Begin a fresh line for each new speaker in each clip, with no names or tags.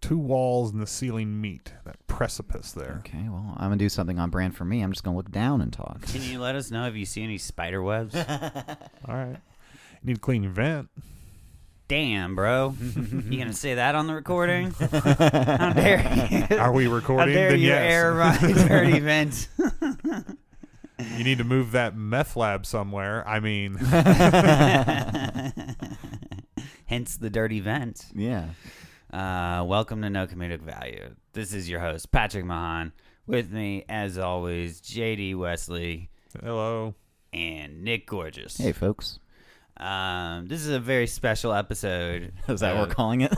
two walls and the ceiling meet. That precipice there.
Okay, well, I'm gonna do something on brand for me. I'm just gonna look down and talk.
Can you let us know if you see any spider webs?
All right. You need a clean vent.
Damn, bro. you gonna say that on the recording? How dare you?
Are we
How
recording?
dare
then
you
yes.
air my dirty vents?
You need to move that meth lab somewhere. I mean,
Hence the dirty vent.
yeah.
Uh, welcome to No Comedic Value. This is your host, Patrick Mahan. With me, as always, JD Wesley
hello.
and Nick Gorgeous.
Hey, folks.
Um, this is a very special episode.
Is that what
of-
we're calling it?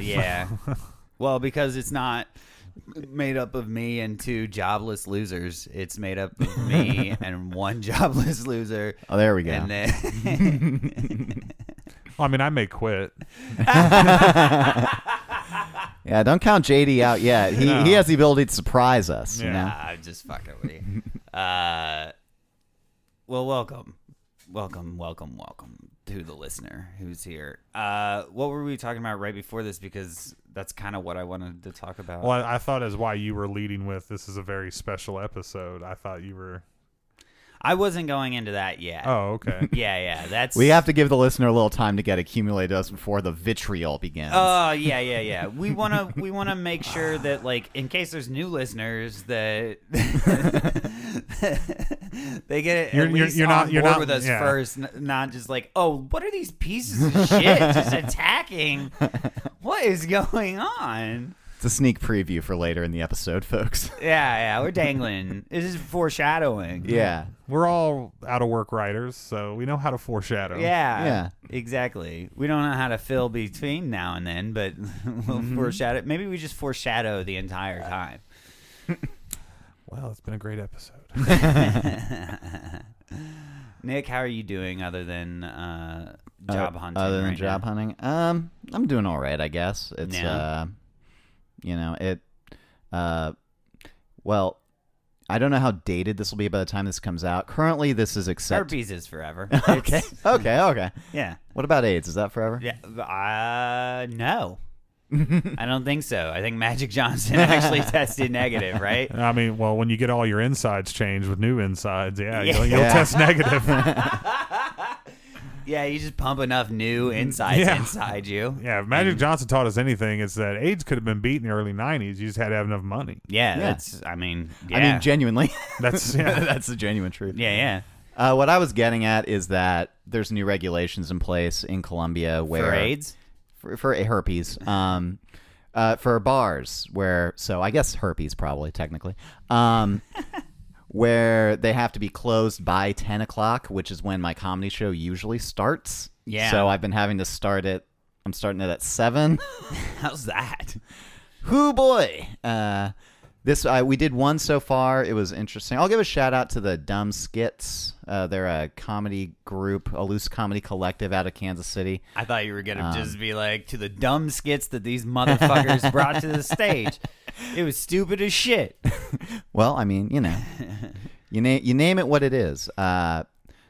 Yeah. well, because it's not made up of me and two jobless losers. It's made up of me and one jobless loser.
oh, there we go.
And then
Well, I mean, I may quit.
yeah, don't count JD out yet. He
No.
he has the ability to surprise us. You
Yeah.
know?
Nah, I'm just fucking with you. Uh, well, welcome, welcome, welcome, welcome to the listener who's here. Uh, what were we talking about right before this? Because that's kind of what I wanted to talk about.
Well, I, I thought as why you were leading with this is a very special episode. I thought you were.
I wasn't going into that yet.
Oh, okay.
Yeah, yeah. That's
We have to give the listener a little time to get accumulated to us before the vitriol begins.
Uh,
Oh yeah, yeah, yeah. We wanna we wanna make sure that like in case there's new listeners that they get it.
You're- you're-
at least
you're
on
not- you're
board
not-
with us
yeah.
first, n- not just like oh what are these pieces of shit just attacking? What is going on?
It's a sneak preview for later in the episode, folks.
Yeah, yeah. We're dangling. this is foreshadowing.
Yeah.
we're all out of work writers, so we know how to foreshadow.
Yeah.
Yeah.
Exactly. We don't know how to fill between now and then, but we'll
Mm-hmm.
foreshadow. Maybe we just foreshadow the entire time.
Well, it's been a great episode.
Nick, how are you doing other than uh,
Uh,
job hunting?
Other than
right
job
now?
hunting, um, I'm doing all right, I guess. It's
Yeah.
uh, you know, it, uh, well, I don't know how dated this will be by the time this comes out. Currently, this is accepted.
Herpes is forever.
Okay,
It's-
okay, okay.
Yeah.
What about AIDS? Is that forever?
Yeah. Uh, no. I don't think so. I think Magic Johnson actually tested negative, right?
I mean, well, when you get all your insides changed with new insides, yeah, You'll,
Yeah.
you'll test negative.
Yeah, you just pump enough new insights
Yeah.
inside you.
yeah, if Magic Johnson taught us anything, it's that AIDS could have been beat in the early '90s. You just had to have enough money.
Yeah, that's, I mean, yeah.
I mean, genuinely,
That's yeah.
that's the genuine truth.
yeah, yeah.
Uh, what I was getting at is that there's new regulations in place in Colombia where
For AIDS?
for, for herpes. Um, uh, for bars where, so I guess herpes probably technically, um, where they have to be closed by ten o'clock, which is when my comedy show usually starts.
Yeah.
So I've been having to start it. I'm starting it at seven.
How's that?
Who boy? Uh, this uh, we did one so far. It was interesting. I'll give a shout out to the Dumb Skits. Uh, they're a comedy group, a loose comedy collective out of Kansas City.
I thought you were gonna
Um.
just be like to the dumb skits that these motherfuckers brought to the stage. It was stupid as shit.
Well, I mean, you know, you name you name it what it is. Uh,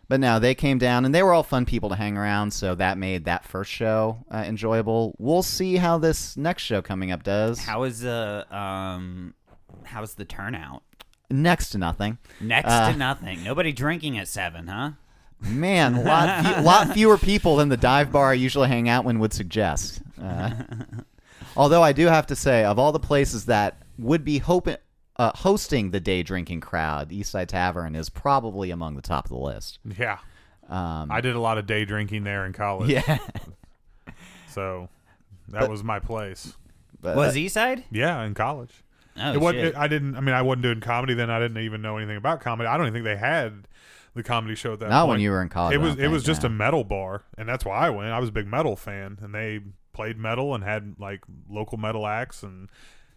but no, they came down and they were all fun people to hang around, so that made that first show uh, enjoyable. We'll see how this next show coming up does.
How is the um how is the turnout?
Next to nothing.
Next
Uh,
to nothing. Nobody drinking at seven, huh?
Man, lot fe- lot fewer people than the dive bar I usually hang out when would suggest. Uh, although I do have to say, of all the places that would be hoping. Uh, hosting the day drinking crowd, Eastside Tavern is probably among the top of the list. Um,
yeah. I did a lot of day drinking there in college.
Yeah,
So that was my place.
but,
Was Eastside?
Yeah, in college.
Oh
it wasn't,
shit.
I didn't. I mean, I wasn't doing comedy then. I didn't even know anything about comedy. I don't even think they had the comedy show at that.
Not when
point.
you were in
Oh,
college,
It
I
was.
don't
It was
think,
just
no.
a metal bar, and that's why I went. I was a big metal fan, and they played metal and had like local metal acts, and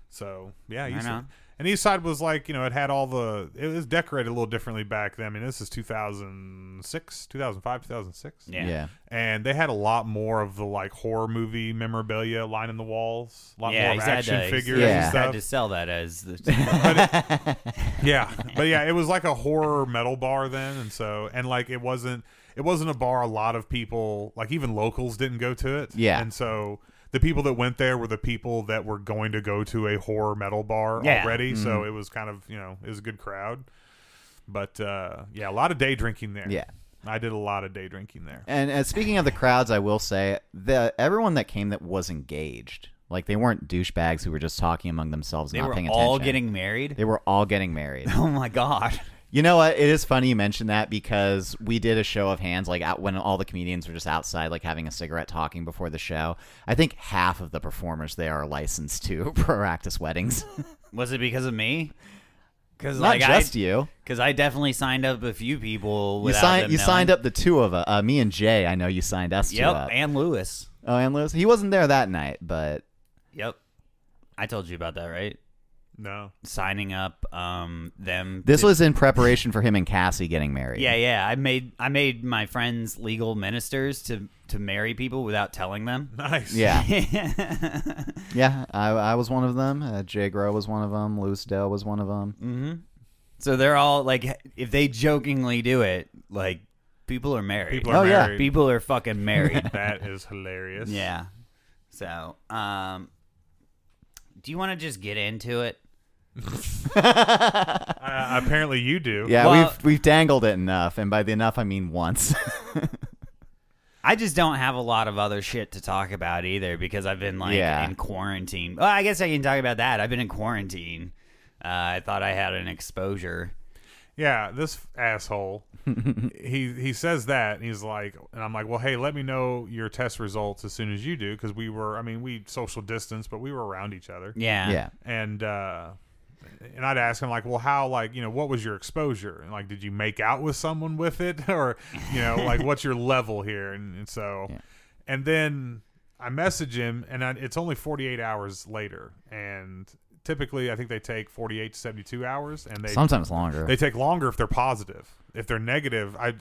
so yeah. East
know.
And East Side was like you know it had all the it was decorated a little differently back then. I mean, this is two thousand six, two thousand five, two thousand six
yeah.
yeah.
and they had a lot more of the like horror movie memorabilia lining the walls, a lot
Yeah,
more of
he's had
action
to-
figures
yeah.
and
he's
Tried
stuff.
to sell that as the
yeah, but yeah, it was like a horror metal bar then, and so and like it wasn't it wasn't a bar a lot of people like even locals didn't go to it.
Yeah.
and so. the people that went there were the people that were going to go to a horror metal bar
Yeah.
already. So
Mm-hmm.
it was kind of you know it was a good crowd. But uh, yeah, a lot of day drinking there.
Yeah.
I did a lot of day drinking there.
And uh, speaking of the crowds, I will say the everyone that came that was engaged, like they weren't douchebags who were just talking among themselves,
They
not
were
paying attention.
all getting married.
they were all getting married.
Oh my god.
You know what? It is funny you mentioned that because we did a show of hands, like out when all the comedians were just outside, like having a cigarette, talking before the show. I think half of the performers there are licensed to practice weddings.
Was it because of me? Because
Not
like
just
I,
you.
Because I definitely signed up a few people.
You
without
signed.
them
You
knowing.
signed up the two of us. Uh, me and Jay. I know you signed us two
Yep,
up.
and Lewis.
oh, and Lewis. He wasn't there that night, but
Yep, I told you about that, right?
No.
Signing up, um, them.
this
to-
was in preparation for him and Cassie getting married.
Yeah, yeah. I made I made my friends legal ministers to to marry people without telling them.
Nice.
Yeah,
mm-hmm.
yeah. I, I was one of them. Uh, Jay Grow was one of them. Lewis Dell was one of them.
Mm, So they're all like, if they jokingly do it, like people are married.
People are
Oh, yeah.
married.
People are fucking married.
That is hilarious.
yeah. So, um, do you want to just get into it?
Uh, apparently you do.
Yeah,
Well-
we've we've dangled it enough, and by the enough I mean once.
I just don't have a lot of other shit to talk about either because I've been like
Yeah.
in quarantine. Well, I guess I can talk about that. I've been in quarantine. Uh, I thought I had an exposure.
yeah, this asshole. he he says that and he's like, and I'm like, well, hey, let me know your test results as soon as you do, because we were, I mean, we social distance, but we were around each other,
Yeah.
yeah.
and uh, and I'd ask him like, well, how, like, you know, what was your exposure? And like, did you make out with someone with it, or you know, like, what's your level here? And, and so,
Yeah.
and then I message him, and I, it's only 48 hours later, and typically I think they take 48 to 72 hours, and they
Sometimes longer.
they take longer if they're positive. If they're negative, I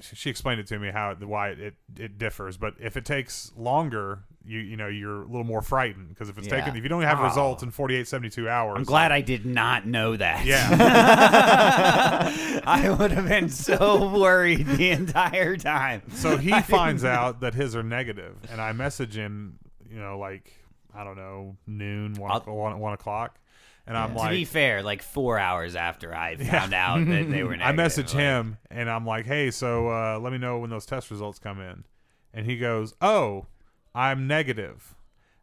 she explained it to me how why it it differs. But if it takes longer, you you know you're a little more frightened because if it's
Yeah.
taken if you don't have
Oh.
results in 48 72 hours,
I'm glad I did not know that.
Yeah,
I would have been so worried the entire time.
so he finds out that his are negative, and I message him, you know, like I don't know noon one
I'll-
one, one o'clock, and I'm
to be
like.
fair, like four hours after I found out that they were negative.
I message
like,
him and I'm like, "Hey, so uh, let me know when those test results come in." And he goes, "Oh, I'm negative."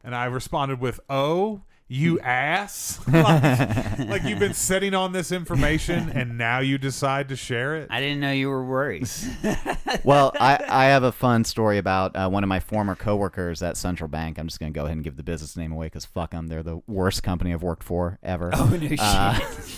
And I responded with, "Oh, you
Hmm.
ass! like, like you've been sitting on this information and now you decide to share it."
I didn't know you were worried.
well, I, I have a fun story about uh, one of my former coworkers at Central Bank. I'm just going to go ahead and give the business name away because fuck them. They're the worst company I've worked for ever.
oh, no shit.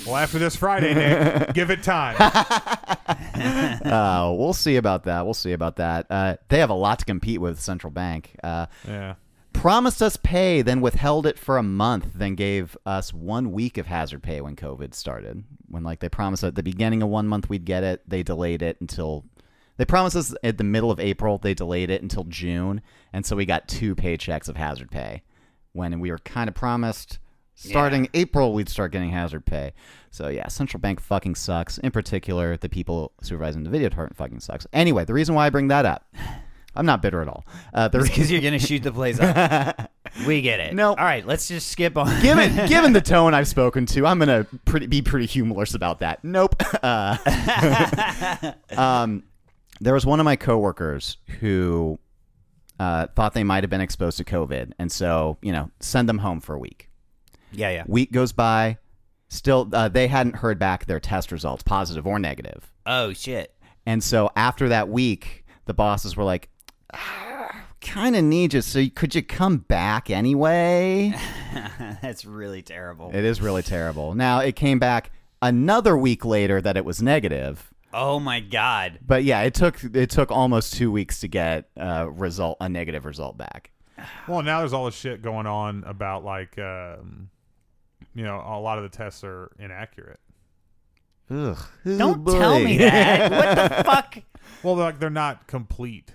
Well, after this Friday, Nick, give it time.
Uh, we'll see about that. We'll see about that. Uh, they have a lot to compete with, Central Bank. Uh,
Yeah.
promised us pay, then withheld it for a month, then gave us one week of hazard pay when COVID started. When like they promised at the beginning of one month we'd get it, they delayed it until they promised us at the middle of April, they delayed it until June, and so we got two paychecks of hazard pay. When we were kind of promised starting April we'd start getting hazard pay. So yeah, central bank fucking sucks. In particular, the people supervising the video department fucking sucks. Anyway, the reason why I bring that up, I'm not bitter at all. Uh, the
Because you're going to shoot the place up. we get it.
No.
All right, let's just skip on.
given given the tone I've spoken to, I'm gonna pretty, be pretty humorless about that. Nope. Uh, um, there was one of my coworkers who uh, thought they might have been exposed to COVID, and so you know, send them home for a week.
yeah, yeah.
Week goes by, still uh, they hadn't heard back their test results, positive or negative.
Oh, shit.
And so after that week, the bosses were like, "Kind of need you, so you- could you come back anyway?"
That's really terrible.
It is really terrible. Now it came back another week later that it was negative.
oh, my God.
But yeah, it took it took almost two weeks to get a result a negative result back.
Well, now there's all this shit going on about like, um, you know, a lot of the tests are inaccurate.
Ugh.
Don't tell me that. What the fuck?
Well, they're, like they're not complete.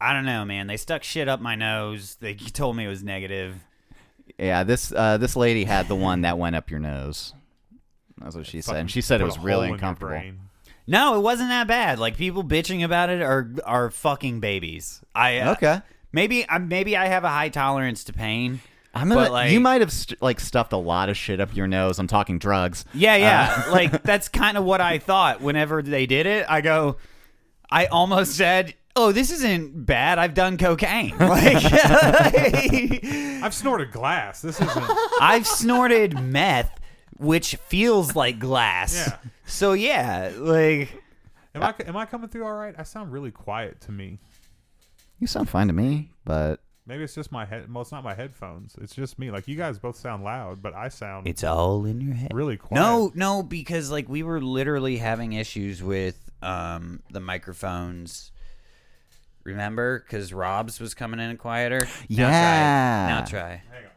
I don't know, man. They stuck shit up my nose. They told me it was negative.
Yeah, this uh, this lady had the one that went up your nose. That's what she said. And she said
Put
it
a
was really
hole in your
uncomfortable.
brain.
No, it wasn't that bad. Like people bitching about it are are fucking babies. I uh,
Okay.
Maybe I maybe I have a high tolerance to pain.
I'm gonna.
But, like-
you might have st- like stuffed a lot of shit up your nose. I'm talking drugs.
Yeah, yeah. like that's kind of what I thought whenever they did it. I go I almost said, "Oh, this isn't bad. I've done cocaine." Like
I've snorted glass. This isn't.
I've snorted meth, which feels like glass.
Yeah.
So yeah, like
Am I am I coming through all right? I sound really quiet to me.
You sound fine to me, but
Maybe it's just my head. Well, it's not my headphones. It's just me. Like you guys both sound loud, but I sound
it's all in your head.
really quiet.
No, no, because like we were literally having issues with um the microphones. Remember, because Rob's was coming in quieter.
Yeah.
Now try. Now try.
Hang on.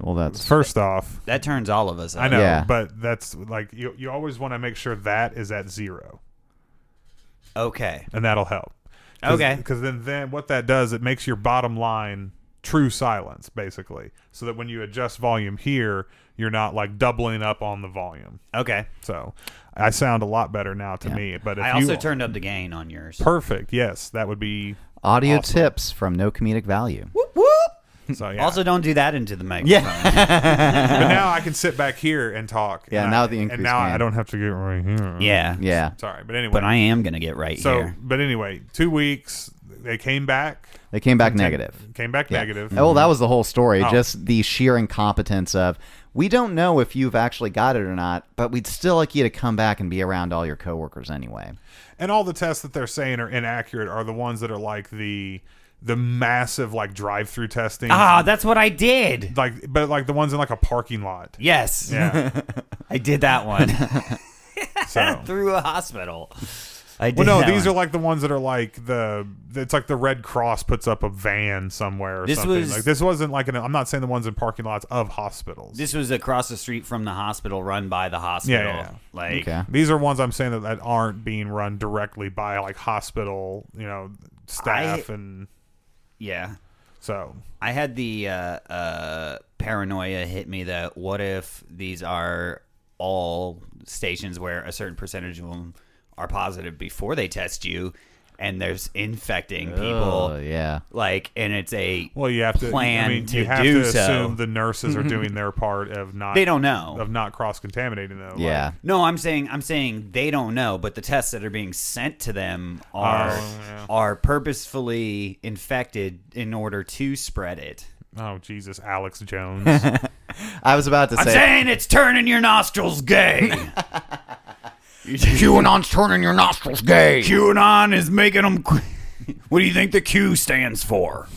well, that's
First off,
That turns all of us. Up.
I know,
Yeah.
but that's like you. You always want to make sure that is at zero,
Okay.
and that'll help.
Okay.
Because then, then what that does, it makes your bottom line true silence basically, so that when you adjust volume here, you're not like doubling up on the volume.
Okay.
So I sound a lot better now to me. But if
I also
you,
turned up the gain on yours.
perfect, yes, that would be
audio
Awesome.
tips from No Comedic Value.
Whoop, whoop.
so. Yeah.
Also, don't do that into the microphone. Yeah.
but now I can sit back here and talk.
Yeah,
and
now
I,
the
and
increased
now I
gain.
don't have to get right here.
yeah.
Yeah,
Sorry, but anyway.
But I am gonna get right
so,
here.
but anyway, two weeks they came back.
they came back negative.
Came back
Yeah.
negative.
Oh, well, that was the whole story.
Oh.
Just the sheer incompetence of we don't know if you've actually got it or not, but we'd still like you to come back and be around all your coworkers anyway.
and all the tests that they're saying are inaccurate are the ones that are like the the massive like drive through testing.
Ah, that's what I did.
like but like the ones in like a parking lot.
Yes.
Yeah.
I did that one
so
through a hospital. I did.
well, no,
that
these
one.
are like the ones that are like the it's like the Red Cross puts up a van somewhere or
This
something.
was-
like this wasn't like an I'm not saying the ones in parking lots of hospitals.
This was across the street from the hospital, run by the hospital.
Yeah, yeah, yeah.
Like,
Okay.
These are ones I'm saying that, that aren't being run directly by like hospital, you know, staff and
yeah.
so
I had the uh, uh, paranoia hit me that what if these are all stations where a certain percentage of them are positive before they test you, and there's infecting people.
Oh, yeah.
Like, and it's a
well you have to
plan
I mean
to
you have
do
to
so.
assume the nurses are doing their part of not
They don't know.
of not cross contaminating them.
Yeah.
No, I'm saying I'm saying they don't know, but the tests that are being sent to them are
Oh, yeah.
are purposefully infected in order to spread it.
Like, oh Jesus, Alex Jones.
I was about to
I'm
say.
saying it's turning your nostrils gay.
QAnon's turning your nostrils gay.
QAnon is making them. Qu- what do you think the Q stands for?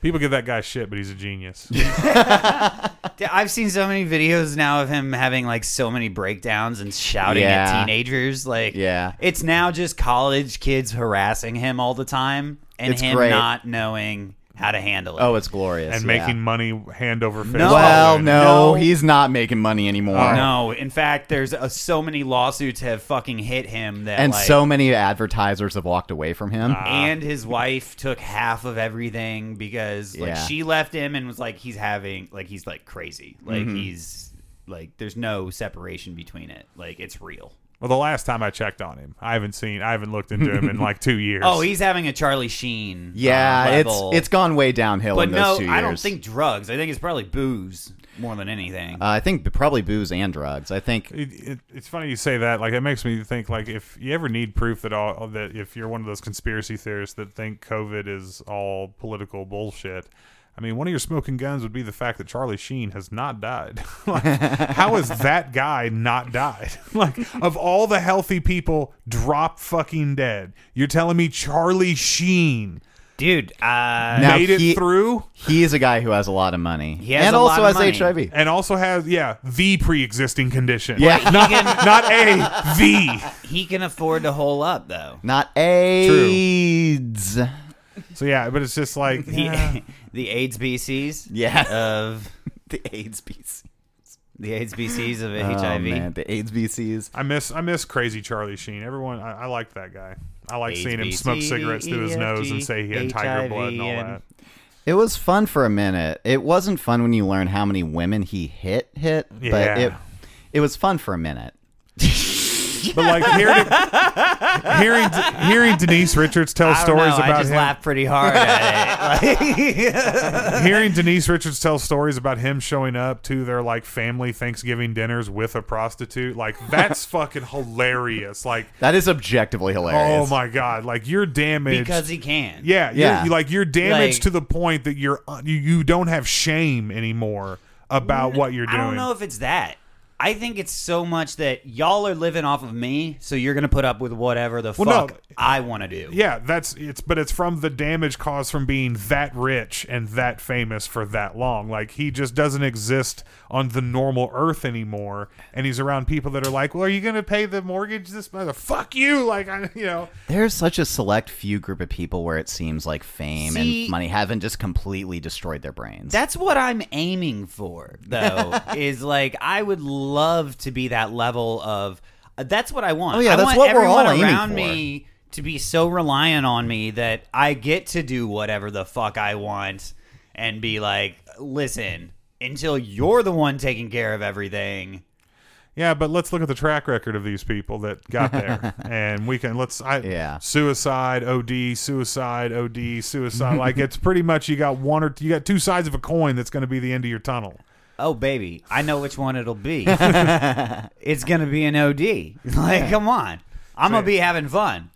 People give that guy shit, but he's a genius.
I've seen so many videos now of him having like so many breakdowns and shouting at
Yeah.
teenagers. Like,
Yeah.
it's now just college kids harassing him all the time, and
It's
him
great.
not knowing how to handle it.
Oh, it's glorious.
and
yeah.
making money hand over fist.
No.
Well,
following.
no,
No.
he's not making money anymore.
No, in fact, there's uh, so many lawsuits have fucking hit him that
And
like, Uh,
so many advertisers have walked away from him.
and his wife took half of everything because like
Yeah.
she left him and was like he's having like he's like crazy like
Mm-hmm.
he's like there's no separation between it like it's real.
Well, the last time I checked on him, I haven't seen, I haven't looked into him in like two years.
Oh, he's having a Charlie Sheen. uh,
yeah, it's
level.
it's gone way downhill
but
in those
no,
two years.
I don't think drugs. I think it's probably booze more than anything.
Uh, I think probably booze and drugs. I think
It, it, it's funny you say that. Like, it makes me think. Like, if you ever need proof that all that if you're one of those conspiracy theorists that think COVID is all political bullshit, I mean, one of your smoking guns would be the fact that Charlie Sheen has not died. like, how has that guy not died? like, of all the healthy people, drop fucking dead. You're telling me Charlie Sheen
Dude, uh,
Now
made
he-
it through?
he is a guy who has a lot of money.
He has
and
a
also
lot of
has
money.
HIV.
and also has yeah the pre-existing condition
Yeah.
not, not a the
he can afford to hole up though.
Not AIDS.
so yeah but it's just like
The,
yeah.
the AIDS BCs
Yeah.
of
the AIDS BCs.
the AIDS BCs of
Oh,
HIV.
man, the AIDS BCs.
i miss i miss crazy charlie sheen everyone i, I like that guy i like
AIDS,
seeing him
BC,
smoke cigarettes through his
EFG,
nose and say he had tiger
HIV,
blood and all
and-
that
It was fun for a minute. It wasn't fun when you learn how many women he hit hit,
Yeah.
but it it was fun for a minute.
But like hearing hearing, hearing Denise Richards tell
I don't know,
stories
I
about
just
him,
laugh pretty hard at it. Like,
hearing Denise Richards tell stories about him showing up to their like family Thanksgiving dinners with a prostitute, like that's fucking hilarious. Like,
That is objectively hilarious.
oh my god, like you're damaged
because he can.
Yeah, yeah.
Yeah.
You're, like you're damaged
Like-
to the point that you're uh, you, you don't have shame anymore about what you're doing.
I don't know if it's that. I think it's so much that y'all are living off of me, so you're gonna put up with whatever the
Well, no.
fuck I want to do.
yeah, that's it's but it's from the damage caused from being that rich and that famous for that long. Like he just doesn't exist on the normal earth anymore and he's around people that are like, "Well, are you going to pay the mortgage this month?" Fuck you. Like I you know.
There's such a select few group of people where it seems like fame
See-
and money haven't just completely destroyed their brains.
That's what I'm aiming for, though. is like I would love to be that level of. uh, That's what I want.
Oh, yeah,
I
that's
want
what we're all
everyone
aiming
around
for.
me to be so reliant on me that I get to do whatever the fuck I want and be like, listen, until you're the one taking care of everything.
Yeah, but let's look at the track record of these people that got there, and we can let's. I,
Yeah.
Suicide, OD, suicide, OD, suicide. like it's pretty much you got one or you got two sides of a coin that's going to be the end of your tunnel.
Oh baby, I know which one it'll be. it's gonna be an OD. Like, come on, I'm gonna be having fun.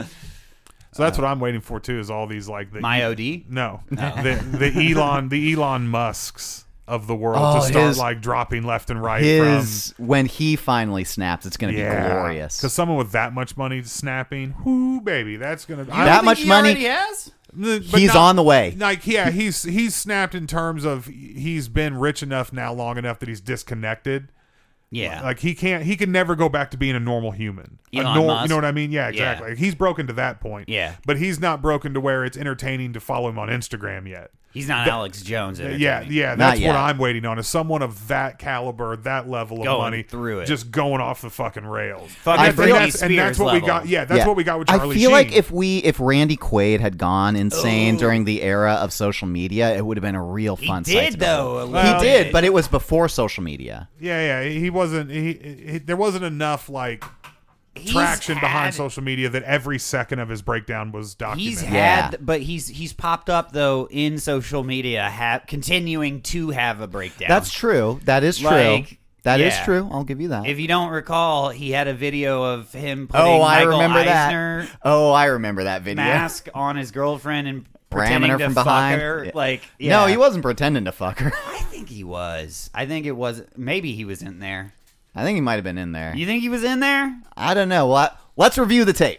So
Uh,
that's what I'm waiting for too. Is all these like the E,
My OD.
no, the the Elon the Elon Musk's of the world
Oh,
to start
his-
like dropping left and right.
His when he finally snaps, it's going
from,
to
yeah,
be glorious.
Because someone with that much money snapping, whoo, baby, that's gonna I-
That much money-
has.
But
He's
not-
on the way.
Like yeah, he's he's snapped in terms of he's been rich enough now long enough that he's disconnected.
Yeah.
Like he can't he can never go back to being a normal human. A
Elon
nor-
Musk.
You know what I mean? Yeah, exactly. Like, he's broken to that point.
Yeah.
But he's not broken to where it's entertaining to follow him on Instagram yet.
He's not Alex Jones. at it,
Yeah,
I mean.
yeah, that's
yet.
what I'm waiting on is someone of that caliber, that level of
Going
money,
through it.
just going off the fucking rails.
Fucking
and, that's-
Britney
and that's, and
Spears
that's what we
level.
got. Yeah, that's
Yeah.
what we got with Charlie.
I feel
Sheen.
like if we if Randy Quaid had gone insane during the era of social media, it would have been a real
He
fun sight.
did
to behold.
though. a
Well,
little
he
bit.
did, but it was before social media.
yeah, yeah, he wasn't. He, he there wasn't enough like
He's
traction
had-
behind social media that every second of his breakdown was
He's
documented.
Yeah.
had, but he's he's popped up though in social media, ha- continuing to have a breakdown.
That's true. That is true. That is
Like, yeah.
true. I'll give you that.
If you don't recall, he had a video of him putting
oh, I
Michael
remember
Eisner
that. Oh, I remember that video.
mask on his girlfriend and
Ramming
pretending
her
to
from
fuck
behind.
her.
Yeah.
Like,
No,
yeah.
he wasn't pretending to fuck her.
I think he was. I think it was. Maybe he was in there.
I think he might have been in there.
You think he was in there?
I don't know. Well, I- let's review the tape.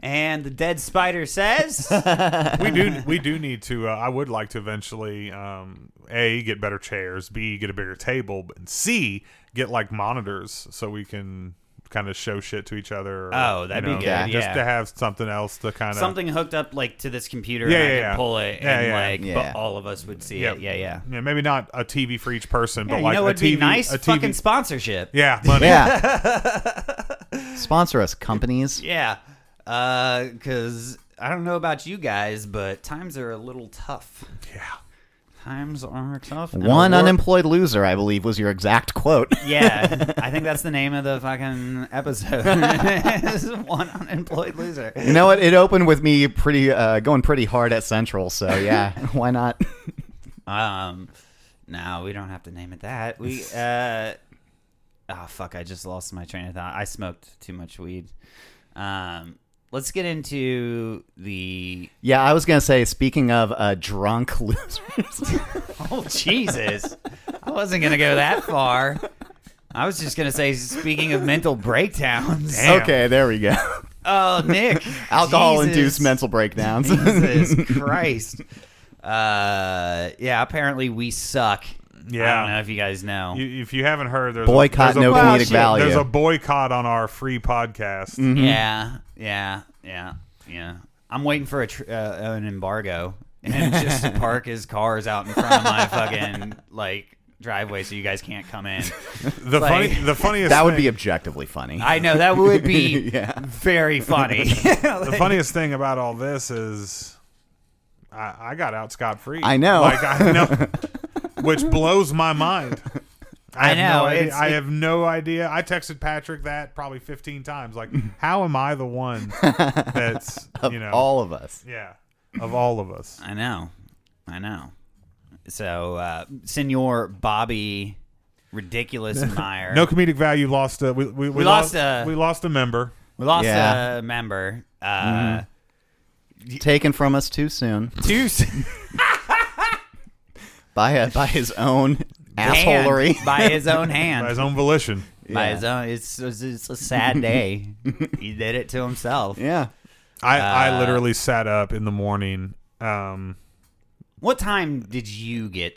And the dead spider says,
we do we do need to. Uh, I would like to eventually um, a get better chairs, b get a bigger table, and c get like monitors so we can kind of show shit to each other. or,
Oh, that'd
you
be
know,
good,
Just
yeah.
to have something else to kind of
something hooked up like to this computer.
Yeah,
and I
yeah,
could
yeah.
pull it,
Yeah,
and
yeah.
like,
Yeah.
but all of us would see
Yep.
it. Yeah, yeah.
Yeah, maybe not a TV for each person,
Yeah,
but
you
like
know
a
what'd
TV,
be nice?
a TV.
Fucking sponsorship.
yeah, money.
Yeah. Sponsor us, companies.
Yeah. Because I don't know about you guys, but times are a little tough.
Yeah.
Times are tough. and
One
the wor-
unemployed loser, I believe, was your exact quote.
Yeah, I think that's the name of the fucking episode. Is One unemployed loser.
You know what? It opened with me pretty uh, going pretty hard at Central, so yeah, why not?
Um, no, we don't have to name it that. We uh, oh fuck, I just lost my train of thought. I smoked too much weed. Um, let's get into the
Yeah, I was gonna say. Speaking of uh, drunk losers,
oh Jesus, I wasn't gonna go that far. I was just gonna say, speaking of mental breakdowns.
Damn.
okay, there we go.
Oh, Nick,
Alcohol-induced
Jesus.
mental breakdowns.
Jesus Christ. Uh, yeah. Apparently, we suck. I
Yeah.
don't know if you guys know.
You, if you haven't heard, there's
Boycott,
a, there's
no
a,
comedic
shit,
value. Mm.
There's a boycott on our free podcast.
Yeah,
Mm-hmm.
yeah, yeah, yeah. I'm waiting for a tr- uh, an embargo and just to park his cars out in front of my fucking like driveway so you guys can't come in.
The
Like-
funny, the funniest.
that would
thing-
be objectively funny.
I know that would be
Yeah.
very funny.
the funniest thing about all this is I, I got out scot free.
I know.
Like I know which blows my mind. I,
I
have no
know,
idea.
it's-
I
it-
have no idea. I texted Patrick that probably 15 times. Like, how am I the one that's you know
all of us.
yeah of all of us?
I know. I know. So, uh, Senor Bobby Ridiculous Meyer.
No comedic value. Lost a we we, we,
We lost uh, a-
we lost a member.
We lost
Yeah.
a member. Uh,
Mm-hmm.
Taken from us too soon
Two
by a, by his own assholery.
by his own hand.
by his own volition.
By
Yeah.
his own. It's, it's, it's a sad day. he did it to himself.
Yeah.
I
Uh,
I literally sat up in the morning. Um,
What time did you get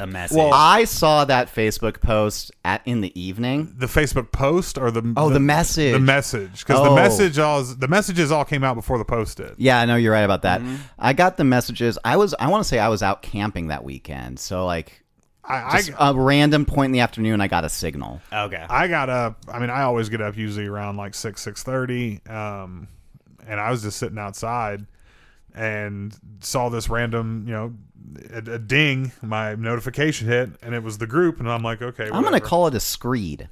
a message?
Well,
I saw that Facebook post at in the evening.
the Facebook post or the
Oh, the, message.
the message because the
Oh.
message all the messages all came out before the post did.
Yeah, I know you're right about that.
Mm-hmm.
I got the messages. I was I want to say I was out camping that weekend. So like
I,
just
I
a random point in the afternoon I got a signal.
okay.
I got up. I mean, I always get up usually around like six six thirty. Um, and I was just sitting outside and saw this random, you know, a, a ding. My notification hit, and it was the group. And I'm like, okay,
I'm going to
whatever.
call it a screed.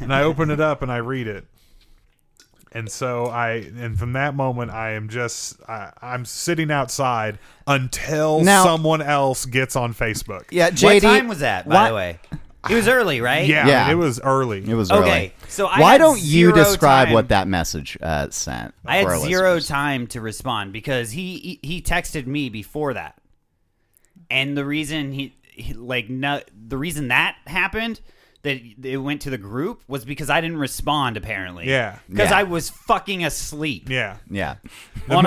and I open it up and I read it. And so I, and from that moment, I am just, I, I'm sitting outside until
Now-
someone else gets on Facebook.
Yeah,
what
JD.
time was that, by
why-
the way? It was early, right?
Yeah, I mean,
Yeah.
it was early.
It was
Okay,
early.
so I
why
had
don't you
zero
describe
time-
what that message uh, sent?
I
for our
had zero
listeners?
time to respond because he he, he texted me before that, and the reason he, he like no the reason that happened that it went to the group was because I didn't respond apparently.
Yeah.
because
Yeah.
I was fucking asleep
Yeah.
Yeah.
on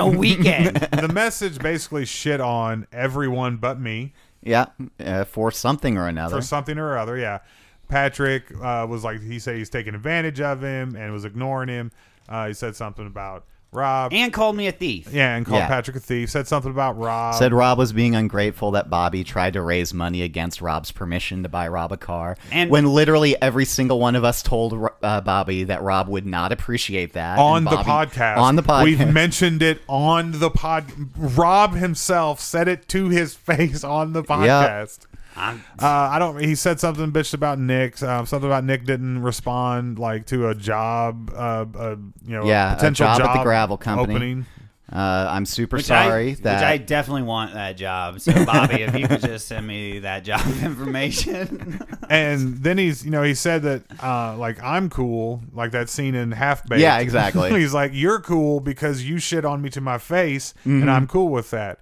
a weekend.
The message basically shit on everyone but me
Yeah, uh, for something or another.
for something or other. Yeah. Patrick uh, was like, he said he's taking advantage of him and was ignoring him. Uh, he said something about Rob.
and called me a thief.
yeah, and called
Yeah.
Patrick a thief. Said something about Rob.
Oh.
Said Rob was being ungrateful that Bobby tried to raise money against Rob's permission to buy Rob a car.
And-
when literally every single one of us told Ro- uh, Bobby that Rob would not appreciate that.
on
and
the
Bobby-
podcast.
On the podcast.
We've mentioned it on the pod. Rob himself said it to his face on the podcast.
I'm-
Uh, I don't. He said something bitch about Nick. Um, something about Nick didn't respond like to a job. Uh, uh, you know,
Yeah,
a
a
potential
job at the gravel company.
opening.
uh, I'm super
which
sorry
I,
that
which I definitely want that job. So Bobby, if you could just send me that job information.
And then he's, you know, he said that, uh, like I'm cool, like that scene in Half Baked.
Yeah, exactly.
he's like, you're cool because you shit on me to my face,
Mm-hmm.
and I'm cool with that,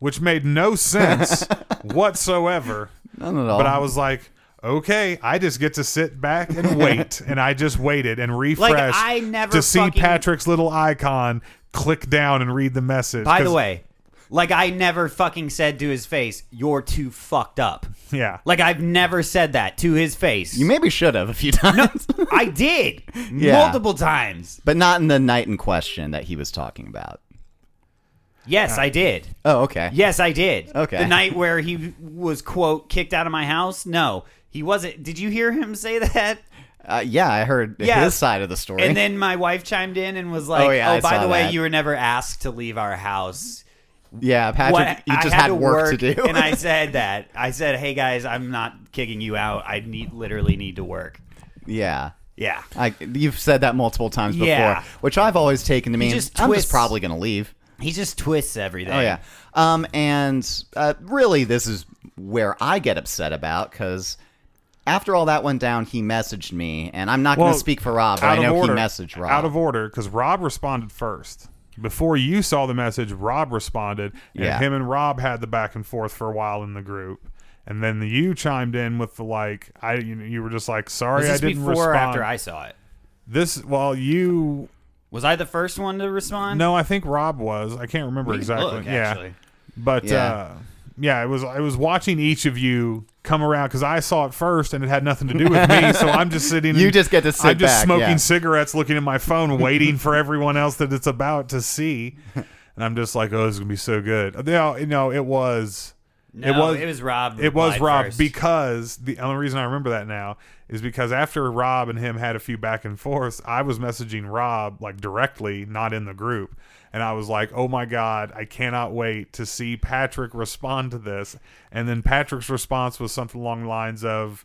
which made no sense whatsoever.
none at all.
But I was like, okay, I just get to sit back and wait. and I just waited and refreshed
I never
to see
fucking-
Patrick's little icon click down and read the message.
By the
'Cause-
way, like I never fucking said to his face, "You're too fucked up."
Yeah.
Like I've never said that to his face.
you maybe should have a few times,
I did
Yeah.
multiple times.
but not in the night in question that he was talking about.
Yes, I did.
Oh, okay.
Yes, I did.
Okay.
The night where he was quote kicked out of my house. No, he wasn't. Did you hear him say that?
Uh, yeah, I heard
Yeah.
his side of the story.
And then my wife chimed in and was like, "Oh,
Oh, yeah, I
by
saw
the way,
that.
you were never asked to leave our house.
yeah, Patrick, you
I
just
had,
had,
to
work, to do.
and I said that. I said, "Hey guys, I'm not kicking you out. I need literally need to work."
yeah.
Yeah.
I, you've said that multiple times before,
Yeah.
which I've always taken to mean
just
I'm just
twists-
probably going to leave.
He just twists everything.
Oh yeah, um, and uh, really, this is where I get upset about because after all that went down, he messaged me, and I'm not going
Well,
to speak for Rob, but
out
I know
of order,
he messaged Rob.
Out of order, because Rob responded first. Before you saw the message, Rob responded, and
Yeah.
him and Rob had the back and forth for a while in the group. And then you chimed in with the like, I you, know, you were just like, sorry,
Was this
I didn't
before or
respond.
after I saw it?
this well, you
Was I the first one to respond?
no, I think Rob was. I can't remember
We can
exactly.
look,
yeah,
actually.
But yeah.
Yeah.
Uh, yeah, it was I was watching each of you come around because I saw it first and it had nothing to do with me. so I'm just sitting.
You
and-
just get to sit
I'm just
back,
smoking
yeah.
cigarettes, looking at my phone, waiting for everyone else that it's about to see. And I'm just like, oh, this is gonna be so good. No, no, it was.
No, it was Rob
It was
replied
Rob
first.
because the only reason I remember that now is because after Rob and him had a few back and forths, I was messaging Rob like directly, not in the group. And I was like, oh my God, I cannot wait to see Patrick respond to this. And then Patrick's response was something along the lines of,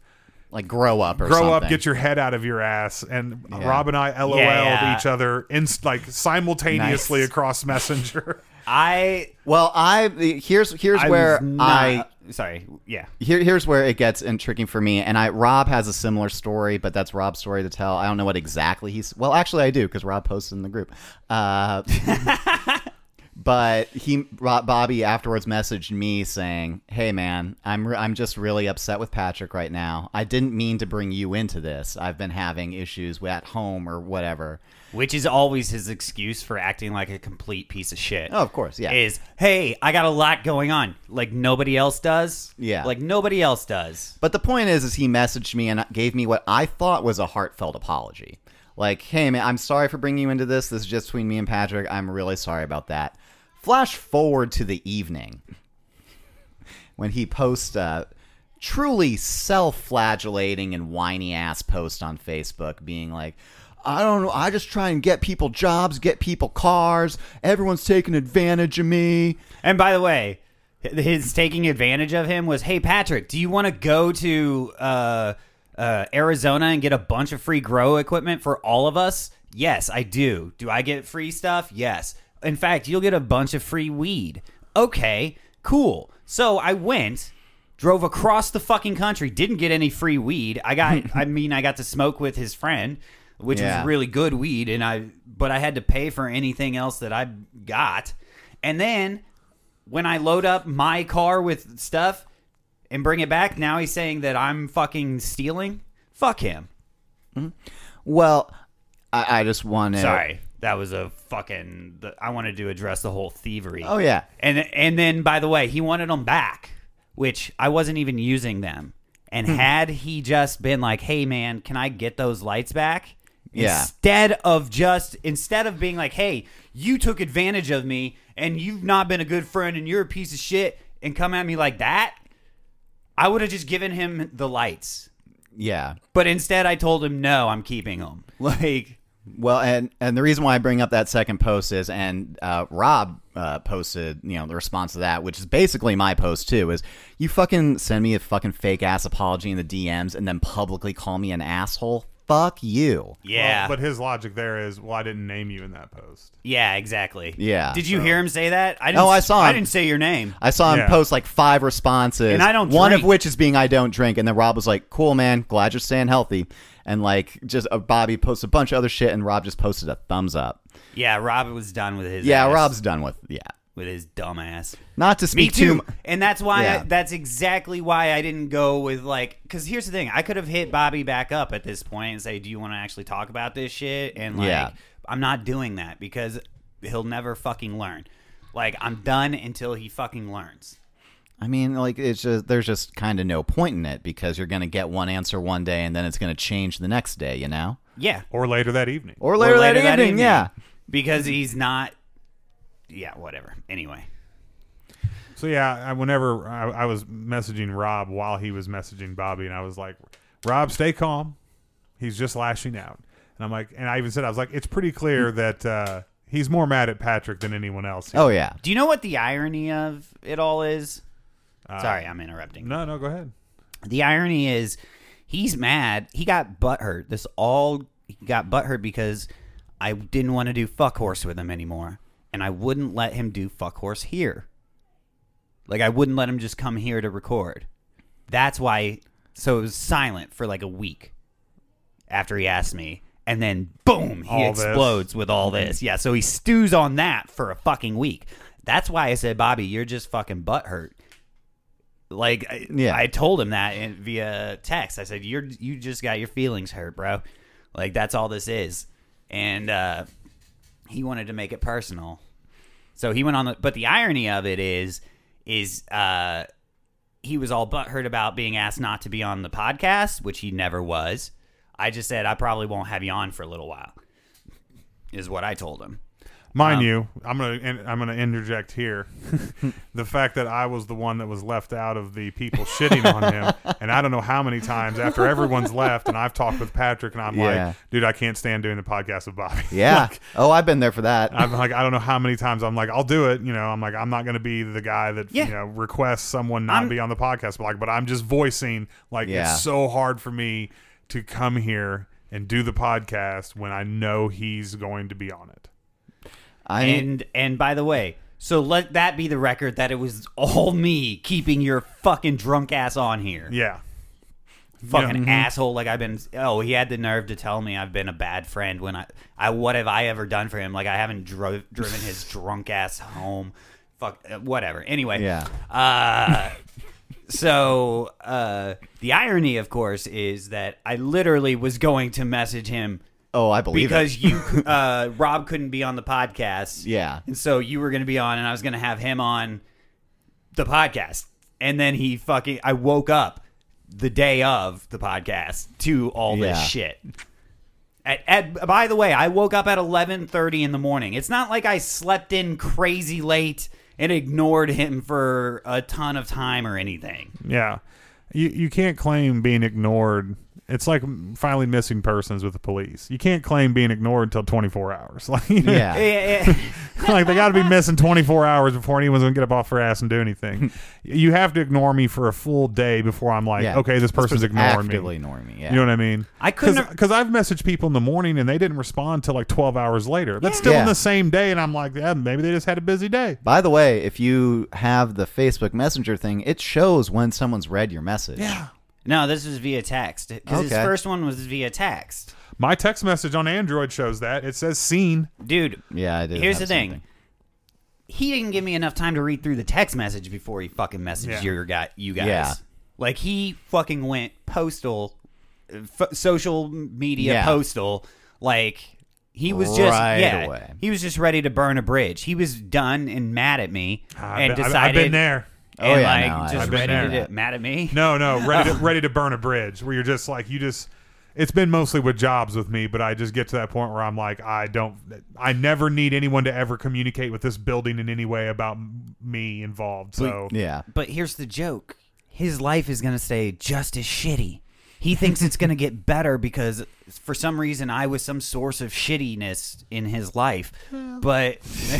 Like grow up or
grow
something.
up, get your head out of your ass. And
Yeah.
Rob and I LOL'd
Yeah.
each other in, like simultaneously
Nice.
across Messenger.
I
Well, I here's here's
I
where
was
I
not- sorry. Yeah.
here, here's where it gets intriguing for me. And I Rob has a similar story, but that's Rob's story to tell. I don't know what exactly he's. Well, actually, I do because Rob posted in the group. Uh, but he Rob, Bobby afterwards messaged me saying, "Hey man, I'm re- I'm just really upset with Patrick right now. I didn't mean to bring you into this. I've been having issues at home or whatever.
Which is always his excuse for acting like a complete piece of shit.
Oh, of course, yeah.
Is hey, I got a lot going on, like nobody else does.
Yeah.
Like nobody else does.
But the point is, is he messaged me and gave me what I thought was a heartfelt apology. Like, hey man, I'm sorry for bringing you into this. This is just between me and Patrick. I'm really sorry about that. Flash forward to the evening when he posts a truly self-flagellating and whiny ass post on Facebook, being like, "I don't know. I just try and get people jobs, get people cars. Everyone's taking advantage of me."
And by the way, h- his taking advantage of him was, hey Patrick, do you want to go to uh, uh, Arizona and get a bunch of free grow equipment for all of us? Yes, I do. Do I get free stuff? Yes. In fact, you'll get a bunch of free weed. Okay, cool. So I went drove across the fucking country didn't get any free weed i got i mean i got to smoke with his friend which
Yeah.
was really good weed and i but i had to pay for anything else that i got and then when i load up my car with stuff and bring it back now he's saying that i'm fucking stealing fuck him
Well, I, I just want to.
sorry that was a fucking the, i wanted to address the whole thievery
Oh yeah.
And and then by the way, he wanted them back, which I wasn't even using them. And
Hmm.
had he just been like, "Hey man, can I get those lights back?"
Yeah.
Instead of just instead of being like, "Hey, you took advantage of me and you've not been a good friend and you're a piece of shit and come at me like that," I would have just given him the lights.
Yeah.
But instead I told him, "No, I'm keeping them." Like
Well, and and the reason why I bring up that second post is, and uh, Rob uh, posted, you know, the response to that, which is basically my post too, is you fucking send me a fucking fake ass apology in the DMs and then publicly call me an asshole. Fuck you.
yeah.
Well, but his logic there is, well, I didn't name you in that post.
yeah, exactly.
Yeah,
Did you hear him say that? I didn't,
No, I saw
I
him.
didn't say your name.
I saw him
Yeah.
post like five responses,
And I don't
One
drink.
of which is being I don't drink, and then Rob was like, "Cool, man, glad you're staying healthy," and like just uh, Bobby posted a bunch of other shit, and Rob just posted a thumbs up.
Yeah, Rob was done with his.
Yeah,
ass,
Rob's done with yeah.
with his dumb ass.
Not to
Me
speak
too.
too.
and that's why.
Yeah.
that's exactly why I didn't go with like. Because here's the thing: I could have hit Bobby back up at this point and say, "Do you want to actually talk about this shit?" And like,
Yeah.
I'm not doing that because he'll never fucking learn. Like, I'm done until he fucking learns.
I mean, like it's just there's just kind of no point in it because you're gonna get one answer one day and then it's gonna change the next day, you know,
Yeah.
Or later that evening.
or later,
Or
that, evening, Yeah,
Because he's not. Yeah. Whatever. Anyway.
So yeah, I, whenever I, I was messaging Rob while he was messaging Bobby, and I was like, "Rob, stay calm. He's just lashing out." And I'm like, and I even said, I was like, "It's pretty clear that uh, he's more mad at Patrick than anyone else." here."
Hmm. oh yeah.
Do you know what the irony of it all is? Sorry, I'm interrupting.
No, no, go ahead.
The irony is, he's mad. He got butthurt. This all he got butthurt because I didn't want to do fuck horse with him anymore, and I wouldn't let him do fuck horse here. Like I wouldn't let him just come here to record. That's why. So it was silent for like a week after he asked me, and then boom, he
All this.
explodes with all this. Yeah, so he stews on that for a fucking week. That's why I said, Bobby, you're just fucking butthurt. Like, I,
Yeah.
I told him that in, via text. I said, "You're you just got your feelings hurt, bro. Like that's all this is." And uh, he wanted to make it personal, so he went on. The, but the irony of it is, is uh, he was all butthurt about being asked not to be on the podcast, which he never was. I just said I probably won't have you on for a little while, is what I told him.
Mind
Um,
you, I'm gonna in- I'm gonna interject here. the fact that I was the one that was left out of the people shitting on him, and I don't know how many times after everyone's left, and I've talked with Patrick, and I'm
Yeah.
like, dude, I can't stand doing the podcast with Bobby.
Yeah.
Like,
oh, I've been there for that.
I'm like, I don't know how many times I'm like, I'll do it. You know, I'm like, I'm not going to be the guy that
Yeah.
you know requests someone not
I'm-
be on the podcast, but like, but I'm just voicing like
Yeah.
it's so hard for me to come here and do the podcast when I know he's going to be on it.
I mean,
And and by the way, so let that be the record that it was all me keeping your fucking drunk ass on here.
Yeah,
fucking
Mm-hmm.
Yeah.
asshole like i've been oh he had the nerve to tell me i've been a bad friend when i i what have i ever done for him like i haven't drove driven his drunk ass home fuck uh, whatever anyway
Yeah.
uh so uh the irony of course is that i literally was going to message him
oh, I believe it.
because you uh rob couldn't be on the podcast
Yeah.
and so you were going to be on, and I was going to have him on the podcast. And then he fucking, I woke up the day of the podcast to all this
Yeah.
shit. At, at, by the way, I woke up at 11:30 in the morning. It's not like I slept in crazy late and ignored him for a ton of time or anything.
yeah. You you can't claim being ignored. It's like finally missing persons with the police. You can't claim being ignored until 24 hours. Like, you know,
Yeah.
Eh, eh,
like they got to be missing 24 hours before anyone's gonna get up off their ass and do anything. you have to ignore me for a full day before I'm like,
Yeah.
okay, this person's ignoring
actively
me.
ignoring me. Yeah.
You know what I mean?
I couldn't have-
because I've messaged people in the morning and they didn't respond till like 12 hours later. That's
Yeah.
still on
Yeah.
the same day, and I'm like, yeah, maybe they just had a busy day.
By the way, if you have the Facebook Messenger thing, it shows when someone's read your message.
Yeah.
no, this was via text because his
Okay.
first one was via text.
My text message on Android shows that it says seen.
Dude,
Yeah, I did.
Here's the
have
thing.
something.
He didn't give me enough time to read through the text message before he fucking messaged
Yeah.
your guy, you guys.
Yeah.
Like he fucking went postal, uh, f- social media
Yeah.
postal. Like he was just
Right
yeah,
away.
he was just ready to burn a bridge. He was done and mad at me
I've
and
been, I've-
decided.
I've been there.
Oh,
and,
yeah,
like
no, I-
just
I've been
ready
there.
to mad at me.
No, no, ready to, ready to burn a bridge where you're just like you just. It's been mostly with jobs with me, but I just get to that point where I'm like, I don't, I never need anyone to ever communicate with this building in any way about m- me involved. So
Yeah.
But here's the joke. His life is going to stay just as shitty. He thinks it's going to get better because for some reason I was some source of shittiness in his life. But he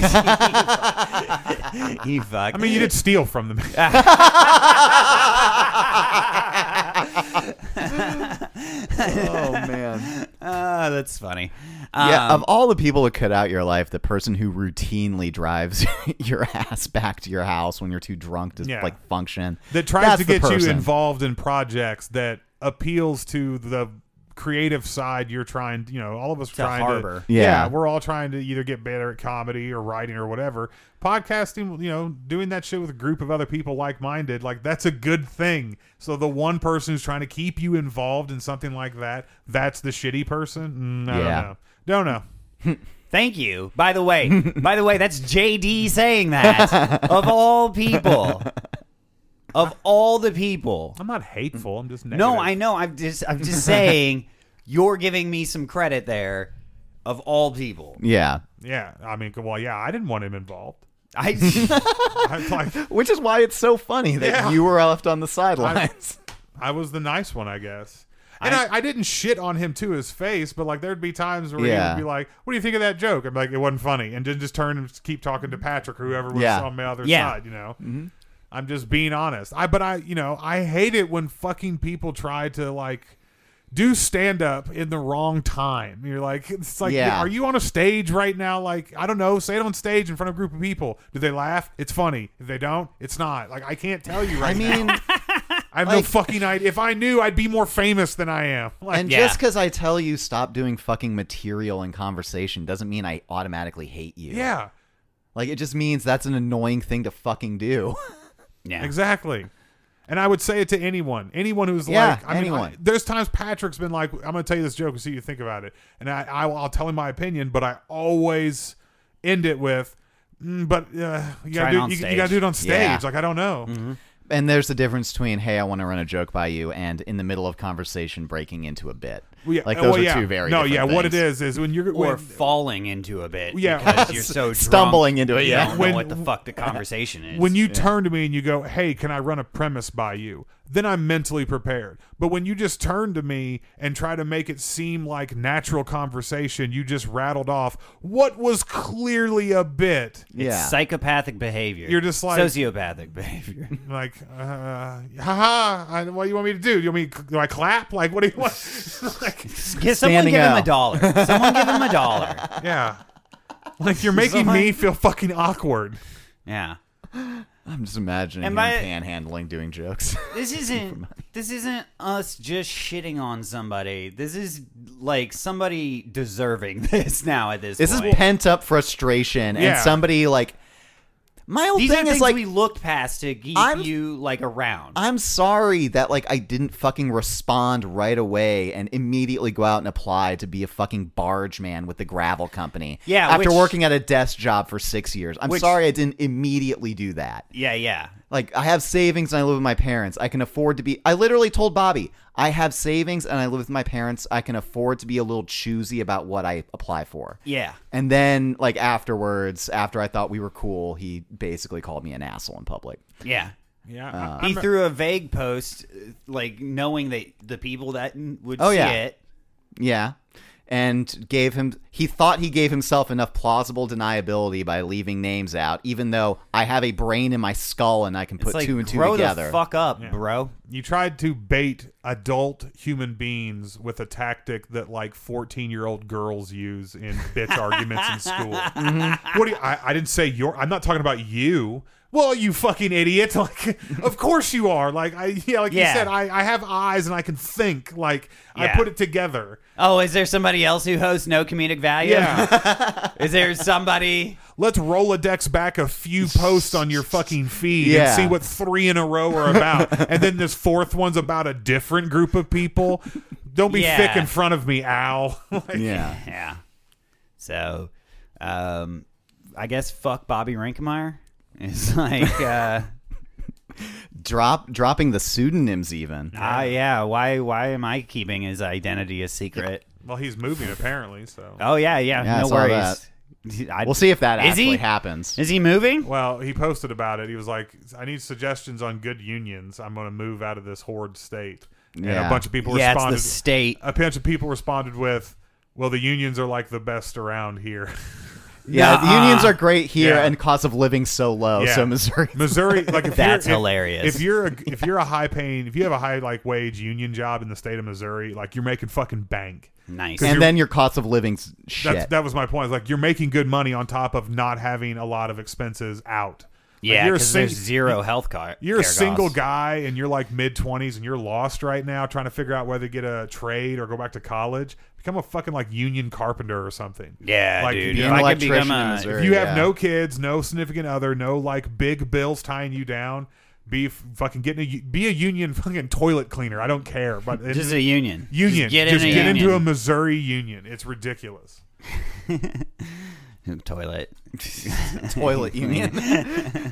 fucked.
I mean, you did steal from them.
oh man.
Ah, that's funny.
yeah.
Um,
Of all the people that cut out your life, the person who routinely drives your ass back to your house when you're too drunk to
Yeah.
like function.
that tries
That's
to
the
get you
person.
involved in projects that appeals to the creative side you're trying you know all of us are
To
trying
harbor.
to
Yeah.
we're all trying to either get better at comedy or writing or whatever podcasting you know doing that shit with a group of other people like-minded like that's a good thing so the one person who's trying to keep you involved in something like that that's the shitty person mm, i
Yeah.
don't know don't know
Thank you. By the way, by the way, that's JD saying that. of all people, of all the people,
i'm not hateful i'm just negative.
No, I know. I'm just I'm just saying you're giving me some credit there of all people.
Yeah.
yeah i mean well yeah i didn't want him involved
I
I, like,
Which is why it's so funny that
Yeah.
you were left on the sidelines.
I was the nice one, I guess. And I, I, didn't shit on him to his face, but like there'd be times where he
Yeah.
would be like, "What do you think of that joke?" I'm like, "It wasn't funny," and then just turn and just keep talking to Patrick or whoever was
Yeah. Mm-hmm.
on the other
Yeah.
side. You know, I'm just being honest. I but I you know I hate it when fucking people try to like do stand up in the wrong time. You're like, it's like,
Yeah.
are you on a stage right now? Like, I don't know. Say it on stage in front of a group of people. Do they laugh? It's funny. If they don't, it's not. Like, I can't tell you right
I mean.
I have no
Like-
fucking idea. If I knew, I'd be more famous than I am. Like,
And
Yeah.
just because I tell you stop doing fucking material in conversation doesn't mean I automatically hate you.
yeah,
Like it just means that's an annoying thing to fucking do.
yeah.
exactly. And I would say it to anyone, anyone who's
Yeah,
like, I mean,
anyone.
I- there's times Patrick's been like, I'm going to tell you this joke and see what you think about it. And I, I, I'll tell him my opinion, but I always end it with, mm, but uh, you
Try it
got to
on
do, you,
stage.
got to do it on stage.
Yeah. Mm-hmm.
Like, I don't know.
and there's the difference between hey, I want to run a joke by you and in the middle of conversation breaking into a bit.
Well, yeah,
Like,
uh,
those
well,
are
yeah.
two very
No,
different
yeah. What it
things.
is is when you're
or
when,
falling into a bit
Yeah.
because you're so drunk,
Stumbling into it,
you
yeah.
don't
When-
know what the fuck the conversation is.
when you turn to me and you go, "Hey, can I run a premise by you?" Then I'm mentally prepared. But when you just turn to me and try to make it seem like natural conversation, you just rattled off what was clearly a bit.
it's
yeah.
psychopathic behavior.
You're just like-
sociopathic behavior.
Like, uh, haha! I, what do you want me to do? Do you want me? Do I clap? Like, what do you want? like,
Give, someone
Standing
give him a
out.
dollar. Someone give him a dollar.
yeah. Like you're making me feel fucking awkward.
Yeah.
I'm just imagining
Am
him
I-
panhandling doing jokes.
This isn't this isn't us just shitting on somebody. This is like somebody deserving this now at this,
this is
point.
pent up frustration, and
Yeah.
somebody like my whole
These are
thing
things
is like
we looked past to keep
I'm-
you like around.
I'm sorry that like I didn't fucking respond right away and immediately go out and apply to be a fucking barge man with the gravel company.
Yeah,
After
which-
working at a desk job for six years. I'm
Which-
sorry I didn't immediately do that.
yeah, yeah.
Like I have savings and I live with my parents. I can afford to be I literally told Bobby, I have savings and I live with my parents. I can afford to be a little choosy about what I apply for.
Yeah.
And then like afterwards, after I thought we were cool, he basically called me an asshole in public.
Yeah.
Yeah.
he threw a vague post, uh, like knowing that the people that n- would
Oh,
see
yeah.
it.
Yeah. And gave him, he thought he gave himself enough plausible deniability by leaving names out, even though I have a brain in my skull and I can
It's
put
like,
two and two
grow
together.
the fuck up, bro.
you tried to bait adult human beings with a tactic that like 14 year old girls use in bitch arguments in school
Mm-hmm.
what do you, I, I didn't say your i'm not talking about you well you fucking idiot like of course you are like i yeah like
Yeah.
you said I, I have eyes and i can think like
Yeah.
i put it together
Oh, is there somebody else who hosts no comedic value?
yeah
is there somebody?
let's rolodex back a few posts on your fucking feed
Yeah.
and see what three in a row are about and then this fourth one's about a different group of people don't be
Yeah.
thick in front of me al Like,
yeah.
Yeah. So, um, I guess fuck Bobby Rankemeyer is like, uh,
Drop, dropping the pseudonyms even.
ah, yeah. Why? Why am I keeping his identity a secret?
well he's moving apparently so
Oh yeah, yeah.
Yeah, I
no
saw
worries. I,
We'll see if that
Is
actually
he?
happens.
Is he moving?
well he posted about it he was like i need suggestions on good unions i'm going to move out of this horrid state and
Yeah.
a bunch of people
yeah, it's
responded
the state.
a bunch of people responded with well the unions are like the best around here
yeah, the
Nuh-uh.
unions are great here
Yeah.
and cost of living so low,
Oh,
Yeah.
so Missouri.
Missouri, like if
That's
you're, if-
hilarious.
If you're a if you're a high paying, if you have a high like wage union job in the state of Missouri, like you're making fucking bank.
Nice.
and then your cost of living's
That's,
shit.
that was my point. Like you're making good money on top of not having a lot of expenses out. Like,
yeah,
you're a
because
sing-
there's zero health card.
You're a single guy and you're like mid 20s and you're lost right now trying to figure out whether to get a trade or go back to college. Become a fucking like union carpenter or something.
Yeah,
Like,
dude.
be
If
an
I could
electrician
become
in
a,
Missouri.
If you have
yeah.
no kids, no significant other, no like big bills tying you down, be f- fucking getting a u- be a union fucking toilet cleaner. I don't care, but it-
just a union.
union.
Just get, in
Just
a
get
union.
into a Missouri union. It's ridiculous.
toilet.
toilet union.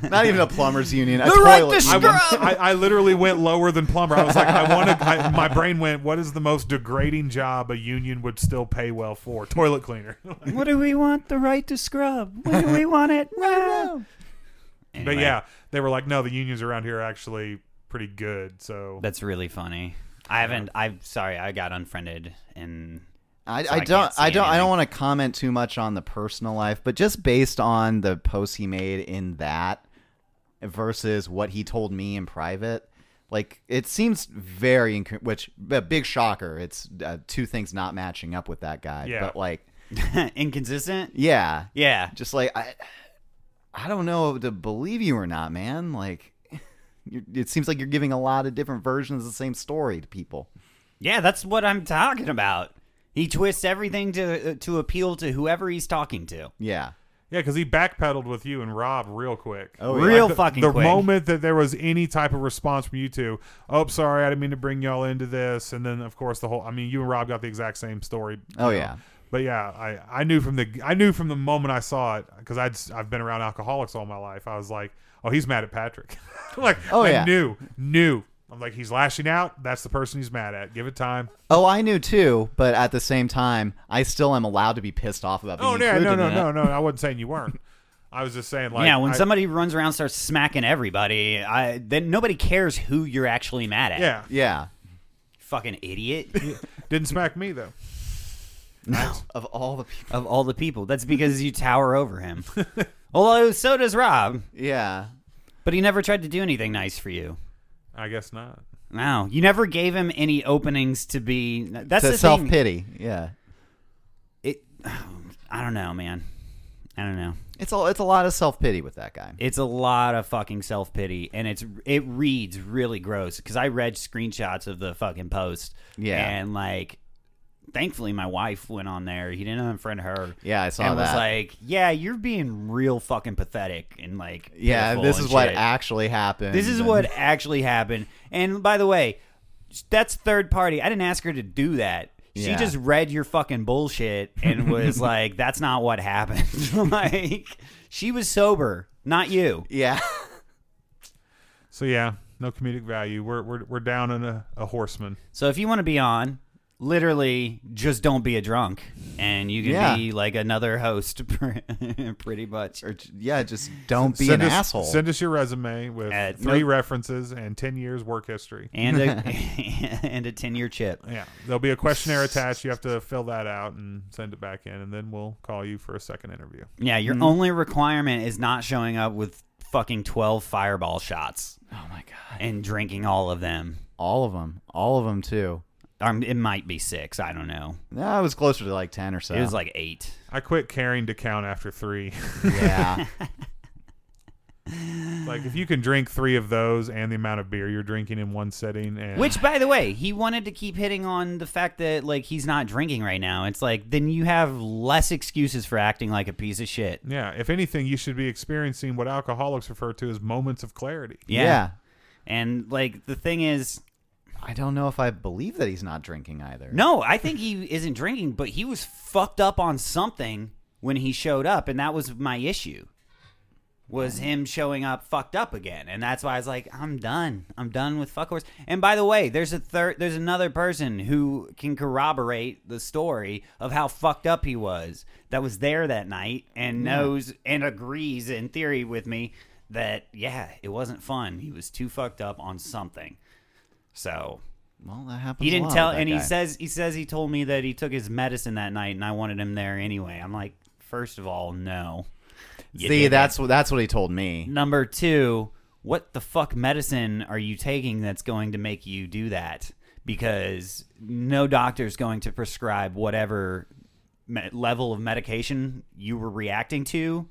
Not even a plumber's union. A
The right
toilet
to
I,
union.
w- I, I literally went lower than plumber. I was like, I want to. I, my brain went, what is the most degrading job a union would still pay well for? Toilet cleaner.
what do we want the right to scrub? What do we want it?
but yeah, they were like, no, the unions around here are actually pretty good. So
that's really funny. I haven't. I'm sorry. I got unfriended and
I,
so
I
I
don't
can't see
I don't I
anything.
don't want to comment too much on the personal life, but just based on the posts he made in that versus what he told me in private, like it seems very inc- which a big shocker. It's uh, two things not matching up with that guy.
Yeah.
But like
inconsistent.
yeah,
Yeah.
just like I I don't know to believe you or not, man. Like you it seems like you're giving a lot of different versions of the same story to people.
Yeah, that's what I'm talking about. He twists everything to to appeal to whoever he's talking to.
Yeah.
yeah, because he backpedaled with you and Rob real quick.
Oh, yeah.
Real
the,
fucking
the
quick.
moment that there was any type of response from you two oh sorry i didn't mean to bring y'all into this and then of course the whole i mean you and rob got the exact same story
Oh,
you know.
yeah.
but yeah i i knew from the i knew from the moment i saw it because i'd s- i've been around alcoholics all my life i was like oh he's mad at patrick like
Oh,
i
yeah.
knew knew I'm like, he's lashing out. That's the person he's mad at. Give it time.
Oh, I knew too, but at the same time, I still am allowed to be pissed off about being
Oh yeah,
included
no,
in
no,
it.
no, no. I wasn't saying you weren't. I was just saying like,
yeah, when
I-
somebody runs around and starts smacking everybody, I then nobody cares who you're actually mad at.
yeah,
Yeah.
Fucking idiot.
didn't smack me though.
Of all the people.
of all the people. That's because you tower over him. Although so does Rob,
Yeah.
but he never tried to do anything nice for you.
I guess not.
No, you never gave him any openings to be. That's
To
the
self
thing.
pity. Yeah.
It, I don't know, man. I don't know.
It's all it's a lot of self pity with that guy.
It's a lot of fucking self pity, and it's it reads really gross because I read screenshots of the fucking post.
Yeah.
and like, thankfully my wife went on there. He didn't unfriend her.
Yeah, I saw
and was
that.
like, "Yeah, you're being real fucking pathetic and like,
yeah,
pitiful
this
and
is what
shit.
actually happened.
this is
and-
what actually happened." And by the way, that's third party. I didn't ask her to do that. She
Yeah.
just read your fucking bullshit and was like, "That's not what happened." like, she was sober, not you.
Yeah.
So yeah, no comedic value. We're we're we're down in a, a horseman.
So if you want to be on, literally just don't be a drunk, and you can
Yeah.
be like another host, pretty much.
or j- yeah, just don't be an
us,
asshole.
Send us your resume with
Uh,
three
no-
references and ten years work history.
And a and a ten year chip.
Yeah, there'll be a questionnaire attached. You have to fill that out and send it back in, and then we'll call you for a second interview.
Yeah, your only requirement is not showing up with fucking twelve fireball shots
oh my god.
and drinking all of them.
All of them. All of them too.
Um, it might be six. I don't know.
No, it was closer to like 10 or so.
It was like eight.
I quit caring to count after three.
yeah.
like if you can drink three of those and the amount of beer you're drinking in one sitting, and
Which, by the way, he wanted to keep hitting on the fact that like he's not drinking right now. It's like then you have less excuses for acting like a piece of shit.
yeah, if anything, you should be experiencing what alcoholics refer to as moments of clarity.
Yeah.
yeah.
And like the thing is,
I don't know if I believe that he's not drinking either.
no, I think he isn't drinking, but he was fucked up on something when he showed up, and that was my issue. Was him showing up fucked up again, and that's why I was like, I'm done. I'm done with fuck horse. And by the way, there's a third, there's another person who can corroborate the story of how fucked up he was. That was there that night and knows and agrees in theory with me that yeah, it wasn't fun. He was too fucked up on something. So
Well, that happens.
he
a
didn't
lot
tell,
with that
and he
guy.
says he says he told me that he took his medicine that night, and I wanted him there anyway. I'm like, first of all, no. You
"See,
didn't.
that's what that's what he told me."
number two. What the fuck medicine are you taking that's going to make you do that? Because no doctor's going to prescribe whatever me- level of medication you were reacting to.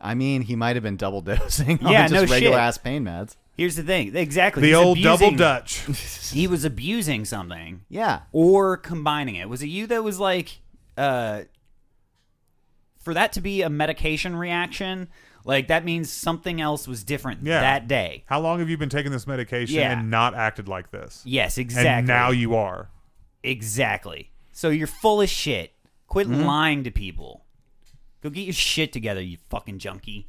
I mean, he might have been double dosing on
Yeah,
just
no shit.
regular ass pain meds.
Here's the thing, exactly
The
he's
old double
abusing-
Dutch.
He was abusing something.
Yeah,
or combining it. Was it you that was like, uh, for that to be a medication reaction, like that means something else was different
Yeah.
that day.
How long have you been taking this medication
Yeah.
and not acted like this?
Yes, exactly.
And now you are.
exactly. So you're full of shit. Quit
Mm-hmm.
lying to people. Go get your shit together, you fucking junkie.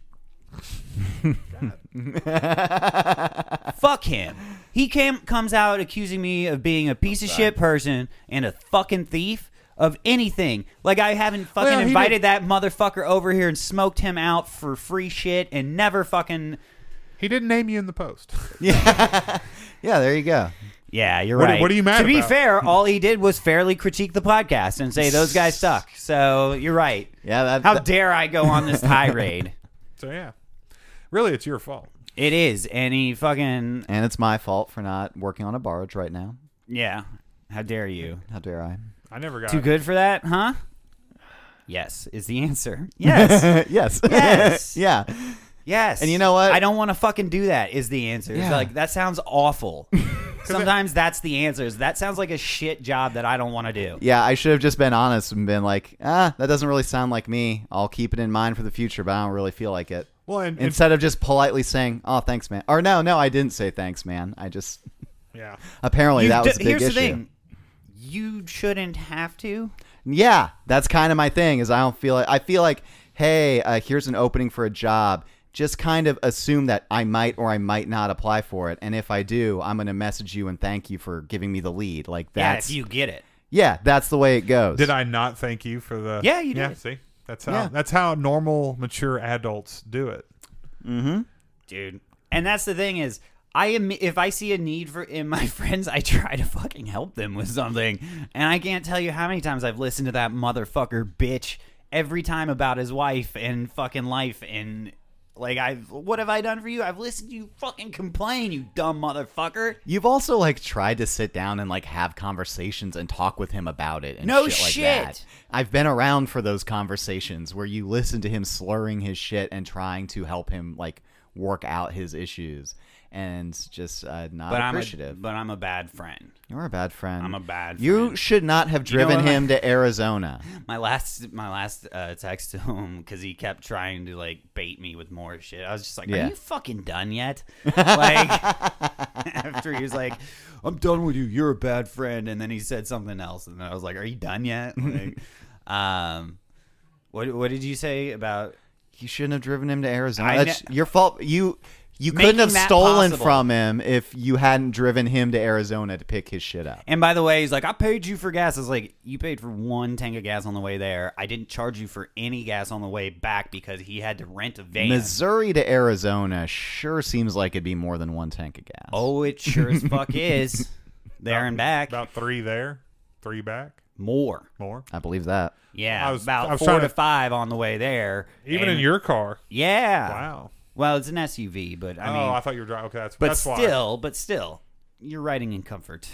Fuck him. He came comes out accusing me of being a piece of shit person and a fucking thief of anything. Like I haven't fucking
Well, he
invited that motherfucker over here and smoked him out for free shit and never fucking
He didn't name you in the post.
yeah. There you go.
Yeah, you're
What-
right.
what are you mad
To be
about?
fair, all he did was fairly critique the podcast and say those guys suck. So you're right.
Yeah, that,
How
that-
dare I go on this tirade?
so yeah. Really it's your fault.
it is, and he fucking
and it's my fault for not working on a barge right now.
yeah. How dare you?
How dare I?
I never got
Too
it.
good for that, huh? Yes, is the answer. Yes,
yes.
Yes.
yeah.
yes.
And you know what?
I don't want to fucking do that. Is the answer? It's
Yeah.
like that sounds awful. Sometimes that's the answer. is That sounds like a shit job that I don't want to do.
Yeah, I should have just been honest and been like, ah, that doesn't really sound like me. I'll keep it in mind for the future, but I don't really feel like it.
Well, and, and-
Instead of just politely saying, oh, thanks, man. Or no, no, I didn't say thanks, man. I just
yeah.
apparently
You
that
d-
was a big
here's
issue.
the thing. You shouldn't have to.
Yeah, that's kind of my thing. Is I don't feel like I feel like, hey, uh, here's an opening for a job. just kind of assume that I might or I might not apply for it. And if I do, I'm going to message you and thank you for giving me the lead. Like
Yeah, if
that's
you get it.
yeah, that's the way it goes.
Did I not thank you for the?
Yeah, you
Yeah,
did.
see, that's how
Yeah.
that's how normal mature adults do it.
dude. And that's the thing is, I am if I see a need for in my friends, I try to fucking help them with something. And I can't tell you how many times I've listened to that motherfucker bitch every time about his wife and fucking life and like I've what have I done for you? I've listened to you fucking complain, you dumb motherfucker.
You've also like tried to sit down and like have conversations and talk with him about it. And
No
shit, like
shit.
that. I've been around for those conversations where you listen to him slurring his shit and trying to help him like work out his issues, and just uh, not
But I'm a,
appreciative.
but I'm a bad friend.
You're a bad friend.
I'm a bad
You
friend.
should not have
know
driven
what my-
him to Arizona.
My last my last uh, text to him because he kept trying to like bait me with more shit. I was just like,
Yeah.
"Are you fucking done yet?" like after he was like, "I'm done with you. You're a bad friend," and then he said something else, and then I was like, "Are you done yet?" Like, um, what what did you say about?
You shouldn't have driven him to Arizona.
I
That's your fault. You you
Making
couldn't have
that
stolen
possible.
from him if you hadn't driven him to Arizona to pick his shit up.
And by the way, he's like, "I paid you for gas." I was like, "You paid for one tank of gas on the way there. I didn't charge you for any gas on the way back because he had to rent a van."
Missouri to Arizona sure seems like it'd be more than one tank of gas.
Oh, it sure as fuck is. There and back.
About three there, three back,
More.
more.
I believe that.
Yeah.
I was-
about
I was
four
trying
to
to-
five on the way there.
Even
And-
in your car.
Yeah.
Wow.
Well, it's an SUV, but I mean
oh, I thought you were driving. Okay, that's
but
that's why.
still, but still, you're riding in comfort.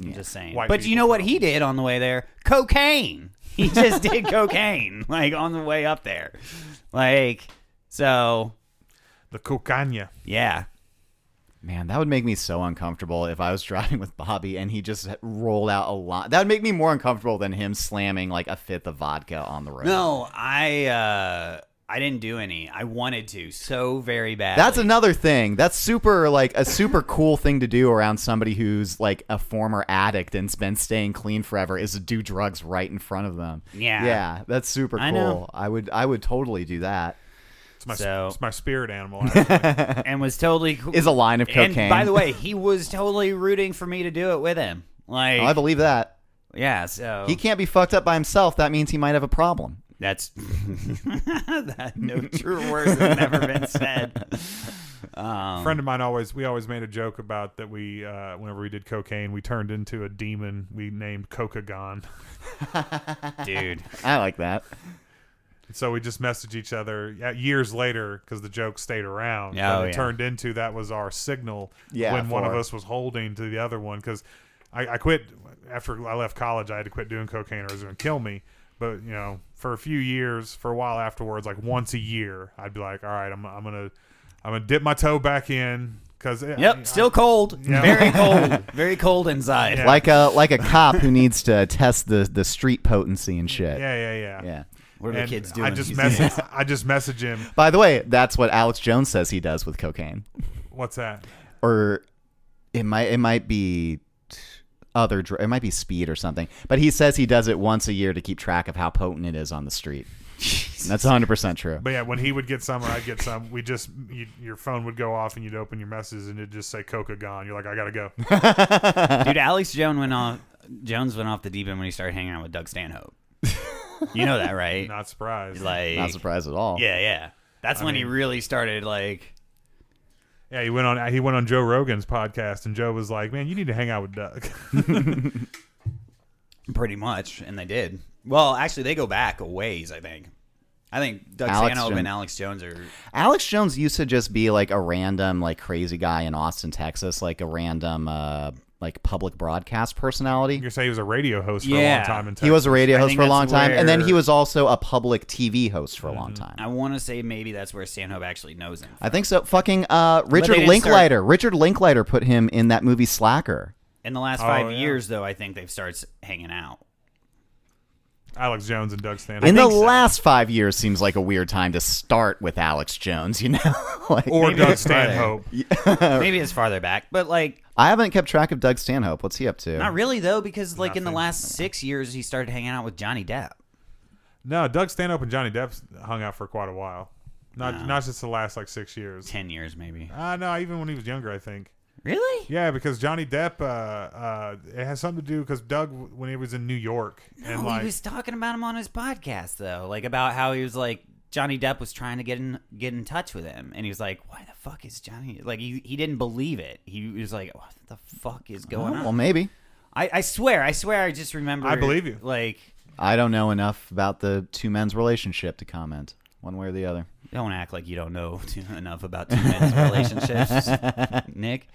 I'm just saying.
White
but you
people
know what he did on the way there? Cocaine. He just did cocaine, like on the way up there. Like, so
the cocaine.
yeah.
Man, that would make me so uncomfortable if I was driving with Bobby and he just rolled out a lot. That would make me more uncomfortable than him slamming like a fifth of vodka on the road.
No, I uh I didn't do any. I wanted to so very bad.
That's another thing. That's super like a super cool thing to do around somebody who's like a former addict and's been staying clean forever is to do drugs right in front of them.
Yeah.
Yeah, that's super cool.
I know.
I would I would totally do that.
It's my
So-
it's my spirit animal. actually.
and was totally cool.
Is a line of cocaine.
And by the way, he was totally rooting for me to do it with him. Like,
Oh, I believe that.
yeah, so
He can't be fucked up by himself. That means he might have a problem.
that's that, no true words have never been said. Um,
a friend of mine always we always made a joke about that we uh, whenever we did cocaine we turned into a demon we named Cocagon.
Dude,
I like that.
And so we just messaged each other yeah, years later because the joke stayed around.
Oh,
But it
yeah.
turned into that was our signal
Yeah,
when one of
for-
us was holding to the other one because I, I quit after I left college. I had to quit doing cocaine or it was going to kill me. But you know, for a few years, for a while afterwards, like once a year, I'd be like, "All right, I'm, I'm gonna I'm gonna dip my toe back in." eh, Because
yep, still cold, very cold, very cold inside.
Yeah.
Like a like a cop who needs to test the the street potency and shit.
yeah, yeah, yeah.
Yeah.
What are
And
the kids doing?
I just
these
message
days?
I just message him.
By the way, that's what Alex Jones says he does with cocaine.
What's that?
or it might it might be t- other dr- it might be speed or something but he says he does it once a year to keep track of how potent it is on the street And that's 100% true
But yeah, when he would get some or I'd get some, we just you, your phone would go off and you'd open your messages and it'd just say Coca gone. You're like, I gotta go.
Dude, Alex Jones went off. Jones went off the deep end when he started hanging out with Doug Stanhope. you know that, right?
Not surprised.
like,
not surprised at all
yeah, yeah. That's when he really started like.
yeah, he went on. He went on Joe Rogan's podcast and Joe was like, "Man, you need to hang out with Doug."
Pretty much, and they did. Well, actually, they go back a ways. I think. I think Doug
Alex
Stanhope
Jones.
and Alex Jones are.
alex jones used to just be like a random like crazy guy in austin texas like a random uh like public broadcast personality
You're saying he was a radio host for a long
Yeah.
time in Texas.
he was a radio
I
host
think
for a long
that's
time and then he
where- Mm-hmm.
was also a public tv host for a long time
I want to say maybe that's where Stanhope actually knows him.
i think so fucking uh richard
didn't start-
linklater richard linklater put him in that movie slacker
In the last
Oh,
five
yeah.
years, though, I think they've started hanging out.
Alex Jones and Doug Stanhope.
In the
think so.
last five years seems like a weird time to start with Alex Jones, you know? like,
or
Maybe
Doug
that's right.
Stanhope.
Oh.
maybe it's farther back, but like
I haven't kept track of Doug Stanhope. What's he up to?
not really though, because like in the
Nothing.
last six years, he started hanging out with Johnny Depp.
No, Doug Stanhope and Johnny Depp hung out for quite a while. Not
No.
not just the last like six years.
ten years maybe.
Uh, no, even when he was younger, I think.
Really?
Yeah, because Johnny Depp, uh, uh, it has something to do because Doug, when he was in New York, and
no,
like,
Oh, he was talking about him on his podcast though, like about how he was like Johnny Depp was trying to get in get in touch with him, and he was like, "Why the fuck is Johnny?" Like he he didn't believe it. He was like, "What the fuck is going
Well,
on?"
maybe.
I, I swear, I swear, I just remember.
I believe you.
Like,
I don't know enough about the two men's relationship to comment one way or the other.
don't act like you don't know too, enough about two men's relationships, Nick.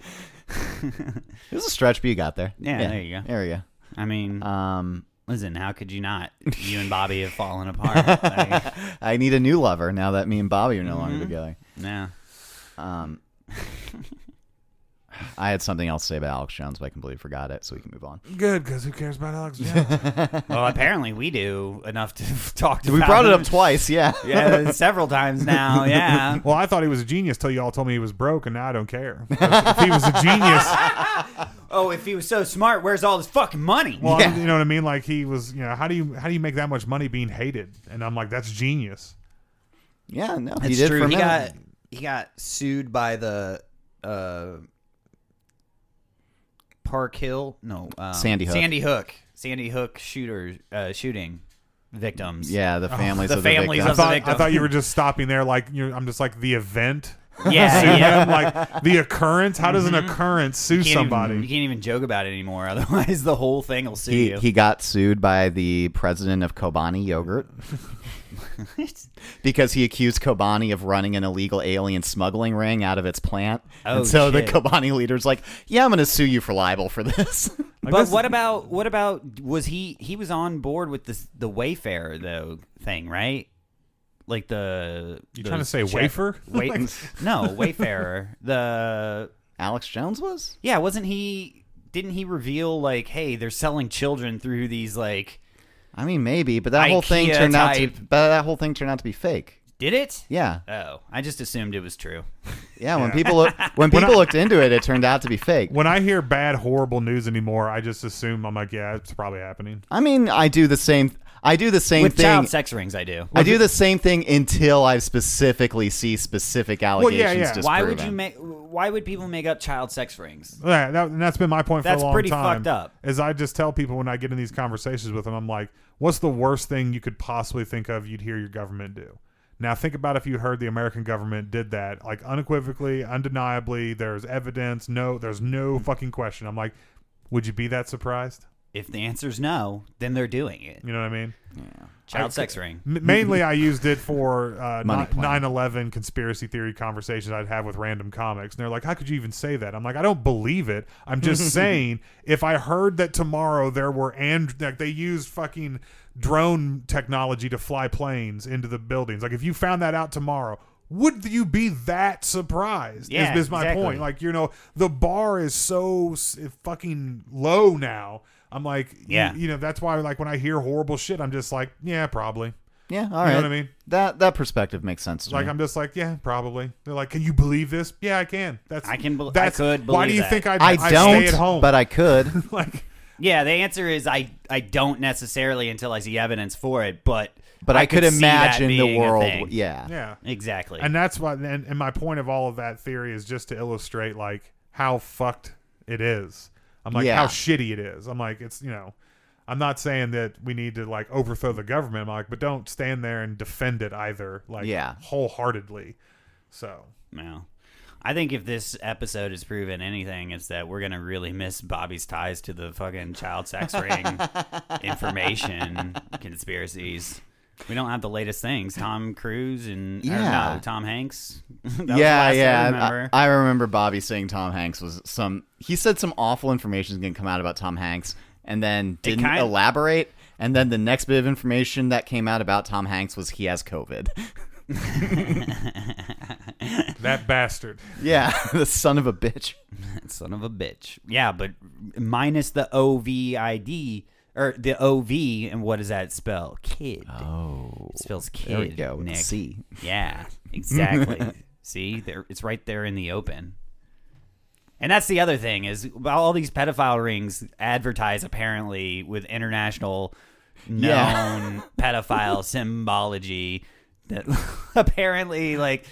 It was a stretch, but you got there.
Yeah, there you go.
There you
I mean,
go. Um,
listen, how could you not? You and Bobby have fallen apart. Like,
I need a new lover now that me and Bobby are no
Mm-hmm.
longer together.
nah.
Um, I had something else to say about Alex Jones, but I completely forgot it, so we can move on.
good because who cares about Alex Jones?
Well, apparently we do enough to talk to.
We brought it up twice, yeah.
yeah, several times now. Yeah.
well, I thought he was a genius till y'all told me he was broke, and now I don't care. if he was a genius,
Oh, if he was so smart, where's all his fucking money?
well,
Yeah.
you know what I mean. Like he was, you know, how do you how do you make that much money being hated? And I'm like, that's genius.
Yeah, no, he
It's
did for a
He
minute.
got he got sued by the uh, Park Hill. No, um,
Sandy Hook.
Sandy Hook. Sandy Hook shooter uh, shooting victims.
Yeah, the families
Oh, the
of
families
I
the victims.
of-
thought, I
victim.
thought you were just stopping there. Like you're, I'm just like the event.
yeah, yeah.
I'm like the occurrence. How does an occurrence sue
You can't
somebody?
Even, you can't even joke about it anymore. Otherwise, the whole thing will sue
He,
you.
he got sued by the president of Kobani Yogurt because he accused Kobani of running an illegal alien smuggling ring out of its plant.
Oh,
and so
shit.
the Kobani leader's like, yeah, I'm going to sue you for libel for this.
Like,
but
that's-
what about what about was he he was on board with this the Wayfarer though thing right? Like the
You
the
trying to say
chef-
wafer?
Wait, no Wayfarer. The
Alex Jones was?
yeah, wasn't he? Didn't he reveal like, hey, they're selling children through these like?
I mean, maybe, but that whole thing
IKEA
turned out to,
type.
but that whole thing turned out to be fake.
Did it?
Yeah,
Oh, I just assumed it was true.
yeah. When people look, when people looked into it, it turned out to be fake.
When I hear bad, horrible news anymore, I just assume I'm like, yeah, it's probably happening.
I mean, I do the same. I do the same
With
thing.
child sex rings, I do.
I do the same thing until I specifically see specific allegations.
yeah.
disproven.
Why would you make? Why would people make up child sex rings?
Yeah, that, and that's been my point for
That's
a long
pretty
time.
fucked up.
Is I just tell people when I get in these conversations with them, I'm like, what's the worst thing you could possibly think of you'd hear your government do? Now think about if you heard the American government did that, like unequivocally, undeniably, there's evidence, no, there's no fucking question. I'm like, would you be that surprised?
If the answer's no, then they're doing it.
You know what I mean?
Child sex ring.
M- mainly, I used it for uh,
Money plan.
9 11 conspiracy theory conversations I'd have with random comics. And they're like, How could you even say that? I'm like, I don't believe it. I'm just saying, if I heard that tomorrow there were, and like they used fucking drone technology to fly planes into the buildings, like if you found that out tomorrow, would you be that surprised?
Yeah,
is, is my
exactly.
point. Like, you know, the bar is so s- fucking low now. I'm like, you-
Yeah.
you know, that's why, like, when I hear horrible shit, I'm just like, yeah, probably.
Yeah, all right.
You know what I mean?
That that perspective makes sense. To
Like
me.
I'm just like, yeah, probably. They're like, can you believe this? Yeah, I can. That's
I can bel- I
that's,
could
Why do
believe
you
that.
think I,
I don't,
stay at home?
but I could.
like,
Yeah, the answer is I I don't necessarily until I see evidence for it, but
But I, could,
see that
imagine the
being a
world.
thing.
Yeah.
yeah,
exactly.
and that's why. And, and my point of all of that theory is just to illustrate like how fucked it is. I'm like
Yeah.
how shitty it is. I'm like it's you know. I'm not saying that we need to like overthrow the government. I'm like, but don't stand there and defend it either, like
Yeah.
wholeheartedly. So
no, I think if this episode has proven anything, it's that we're gonna really miss Bobby's ties to the fucking child sex ring information conspiracies. We don't have the latest things. Tom Cruise and I don't
Yeah.
know, Tom Hanks. That was the
yeah,
last
yeah.
I
and
remember.
I, I remember Bobby saying Tom Hanks was some. He said some awful information is going to come out about Tom Hanks, and then didn't
kind-
elaborate. And then the next bit of information that came out about Tom Hanks was he has COVID.
that bastard.
yeah, the son of a bitch.
Son of a bitch. Yeah, but minus the O V I D or the O V and what does that spell? Kid.
Oh,
It spells kid.
there we go. with the
Nick.
C.
Yeah, exactly. See, there it's right there in the open. And that's the other thing is all these pedophile rings advertise apparently with international known
Yeah.
pedophile symbology that apparently like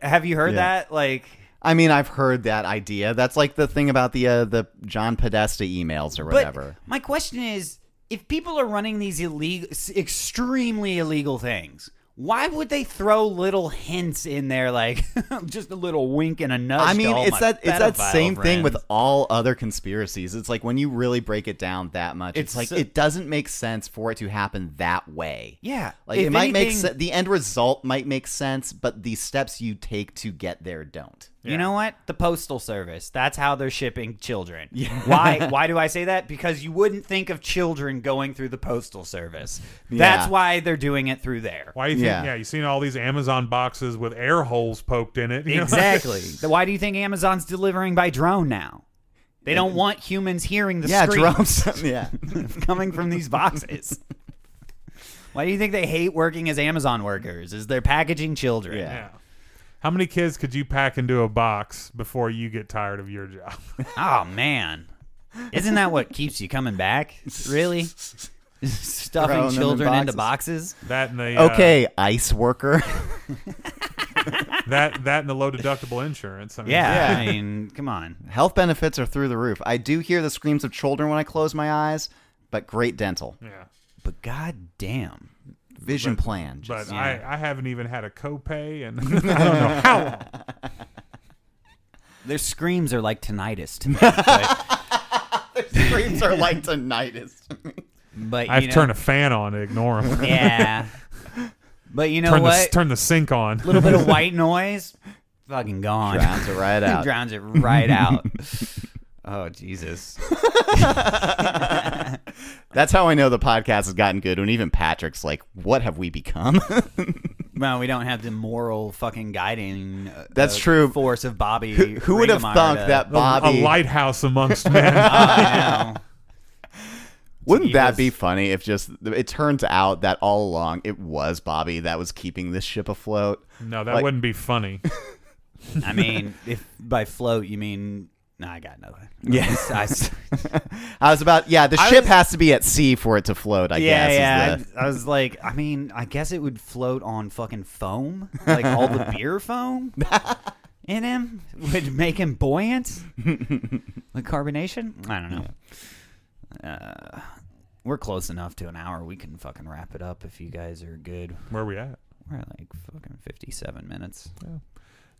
have you heard
Yeah.
that like
I mean, I've heard that idea. That's like the thing about the uh, the John Podesta emails or whatever.
But my question is, if people are running these illegal, s- extremely illegal things, why would they throw little hints in there, like just a little wink and a nudge?
I
to
mean,
all
it's
my
that it's that
pedophile
same thing with
friends?
all other conspiracies. It's like when you really break it down that much, it's,
It's
like
so-
it doesn't make sense for it to happen that way.
yeah.
Like
if
it might make
anything-
se- the end result might make sense, but the steps you take to get there don't.
Yeah.
You know what? The postal service. That's how they're shipping children. Why why do I say that? Because you wouldn't think of children going through the postal service.
Yeah.
That's why they're doing it through there.
Why you think?
Yeah.
Yeah, you've seen all these Amazon boxes with air holes poked in it. you know?
Exactly. why do you think Amazon's delivering by drone now? They don't want humans hearing the
yeah,
screams
drums. yeah.
coming from these boxes. why do you think they hate working as Amazon workers? Is they're packaging children?
Yeah.
yeah. How many kids could you pack into a box before you get tired of your job?
Oh man, isn't that what keeps you coming back? Really?
Throwing them
Stuffing
in
children into boxes?
That and the uh,
Okay, ice worker.
that that and the low deductible insurance. I mean,
Yeah,
Yeah.
I mean, come on.
Health benefits are through the roof. I do hear the screams of children when I close my eyes, but great dental.
yeah.
But goddamn,
Vision plan. Just,
But I, I haven't even had a copay, and I don't know how long.
their screams are like tinnitus to me. but,
screams are like tinnitus.
but, you
I've
know,
turned a fan on to ignore them.
yeah. But you know
turn
what?
the turn the sink on.
little bit of white noise, fucking gone.
Drowns it right out.
Drowns it right out. oh Jesus!
That's how I know the podcast has gotten good. When even Patrick's like, "What have we become?"
Well, we don't have the moral fucking guiding. Uh,
That's
uh,
true.
Force of Bobby.
who who would have
Ringemeier
thunk
to-
that
A-
Bobby?
a lighthouse amongst men.
I know.
Wouldn't
He
that
was-
be funny if just it turns out that all along it was Bobby that was keeping this ship afloat?
no, that
Like-
wouldn't be funny.
I mean, if by float you mean, nah, I got nothing.
Yeah.
I s-
I was about yeah. The
I
ship
was-
has to be at sea for it to float. I
yeah,
guess. is
yeah.
the-
I, I was like, I mean, I guess it would float on fucking foam, like all the beer foam in him would make him buoyant. like carbonation. I don't know. Uh, we're close enough to an hour. We can fucking wrap it up if you guys are good.
Where we at?
We're at like fucking fifty-seven minutes.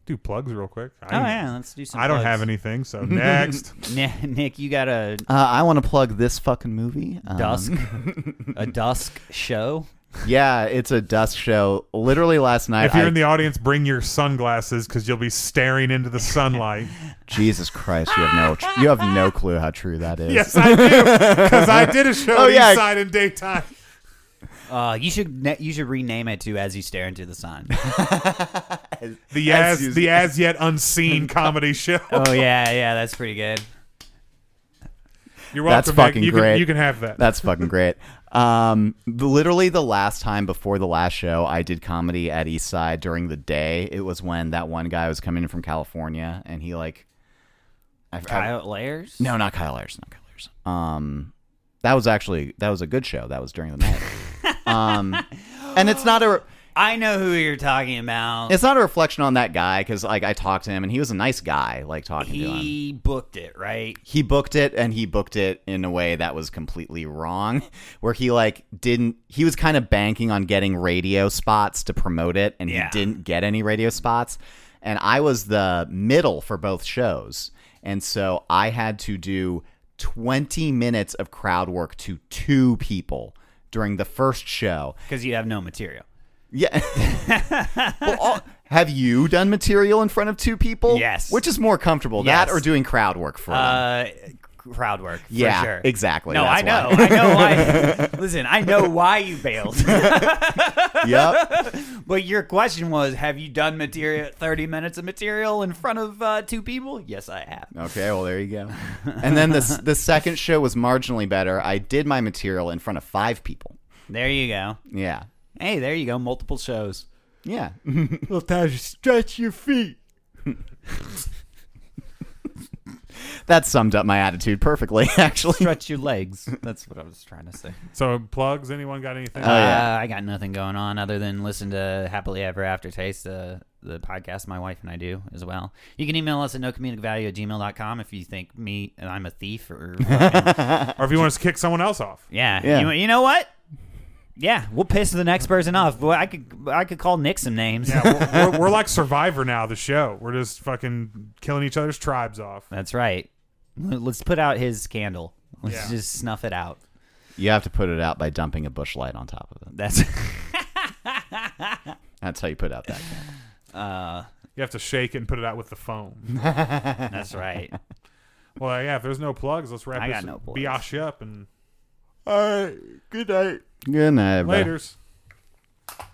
Do plugs real quick. I,
oh yeah, let's do some.
I don't have
plugs.
anything, so next.
Ni- Nick, you got a
Uh, I want to plug this fucking movie. Um,
dusk, a dusk show.
Yeah, it's a dusk show. Literally last night.
if you're
I-
in the audience, bring your sunglasses because you'll be staring into the sunlight.
Jesus Christ, you have no tr- you have no clue how true that is.
yes, I do, because I did a show
Oh,
oh,
yeah.
inside in daytime.
Uh, you should ne- you should rename it to "As You Stare Into the Sun."
The
As
as,
you-
the as yet unseen comedy show.
oh yeah, yeah, that's pretty good.
You're
That's
welcome. Nick.
fucking
you
great.
Can, you can have that.
That's fucking great. Um, the, literally the last time before the last show, I did comedy at Eastside during the day. It was when that one guy was coming in from California, and he like, I, I-
Kyle Layers.
no, not Kyle Ayers, not Kyle Ayers. Um, that was actually that was a good show. That was during the night. um, and it's not a
I know who you're talking about.
it's not a reflection on that guy because like I talked to him and he was a nice guy. Like talking to him.
he booked it, right?
he booked it and he booked it in a way that was completely wrong where he like didn't he was kind of banking on getting radio spots to promote it and
Yeah.
he didn't get any radio spots and i was the middle for both shows and so i had to do 20 minutes of crowd work to two people during the first show
Because you have no material.
yeah. well, all, have you done material in front of two people?
Yes.
Which is more comfortable, that
Yes.
or doing crowd work for them?
Uh, crowd work. for
Yeah,
sure.
exactly,
No,
that's
I know. I know why. Listen, I know why you bailed.
yep.
but your question was, have you done material? Thirty minutes of material in front of uh, two people? Yes, I have.
Okay, well there you go. And then the s- the second show was marginally better. I did my material in front of five people.
There you go.
Yeah,
Hey, there you go. Multiple shows.
yeah.
Little time to stretch your feet.
that summed up my attitude perfectly, actually.
Stretch your legs. That's what I was trying to say.
So plugs. Anyone got anything?
Oh, yeah.
uh, I got nothing going on other than listen to Happily Ever After Taste, uh, the podcast my wife and I do as well. You can email us at nocomedicvalue at gmail.com if you think me and I'm a thief or. fucking-
or if you want us to kick someone else off.
yeah.
Yeah.
You, you know what? Yeah, we'll piss the next person off. Well, I could I could call Nick some names.
Yeah, we're, we're, we're like Survivor now. The show. We're just fucking killing each other's tribes off.
That's right. L- Let's put out his candle. Let's
Yeah.
just snuff it out.
You have to put it out by dumping a bush light on top of it.
That's
That's how you put out that. candle.
uh,
You have to shake it and put it out with the foam.
that's right.
well, yeah. If there's no plugs, let's wrap
I
this
got no plugs.
biatch up and
All right. Good night. Good night. everybody.
later's.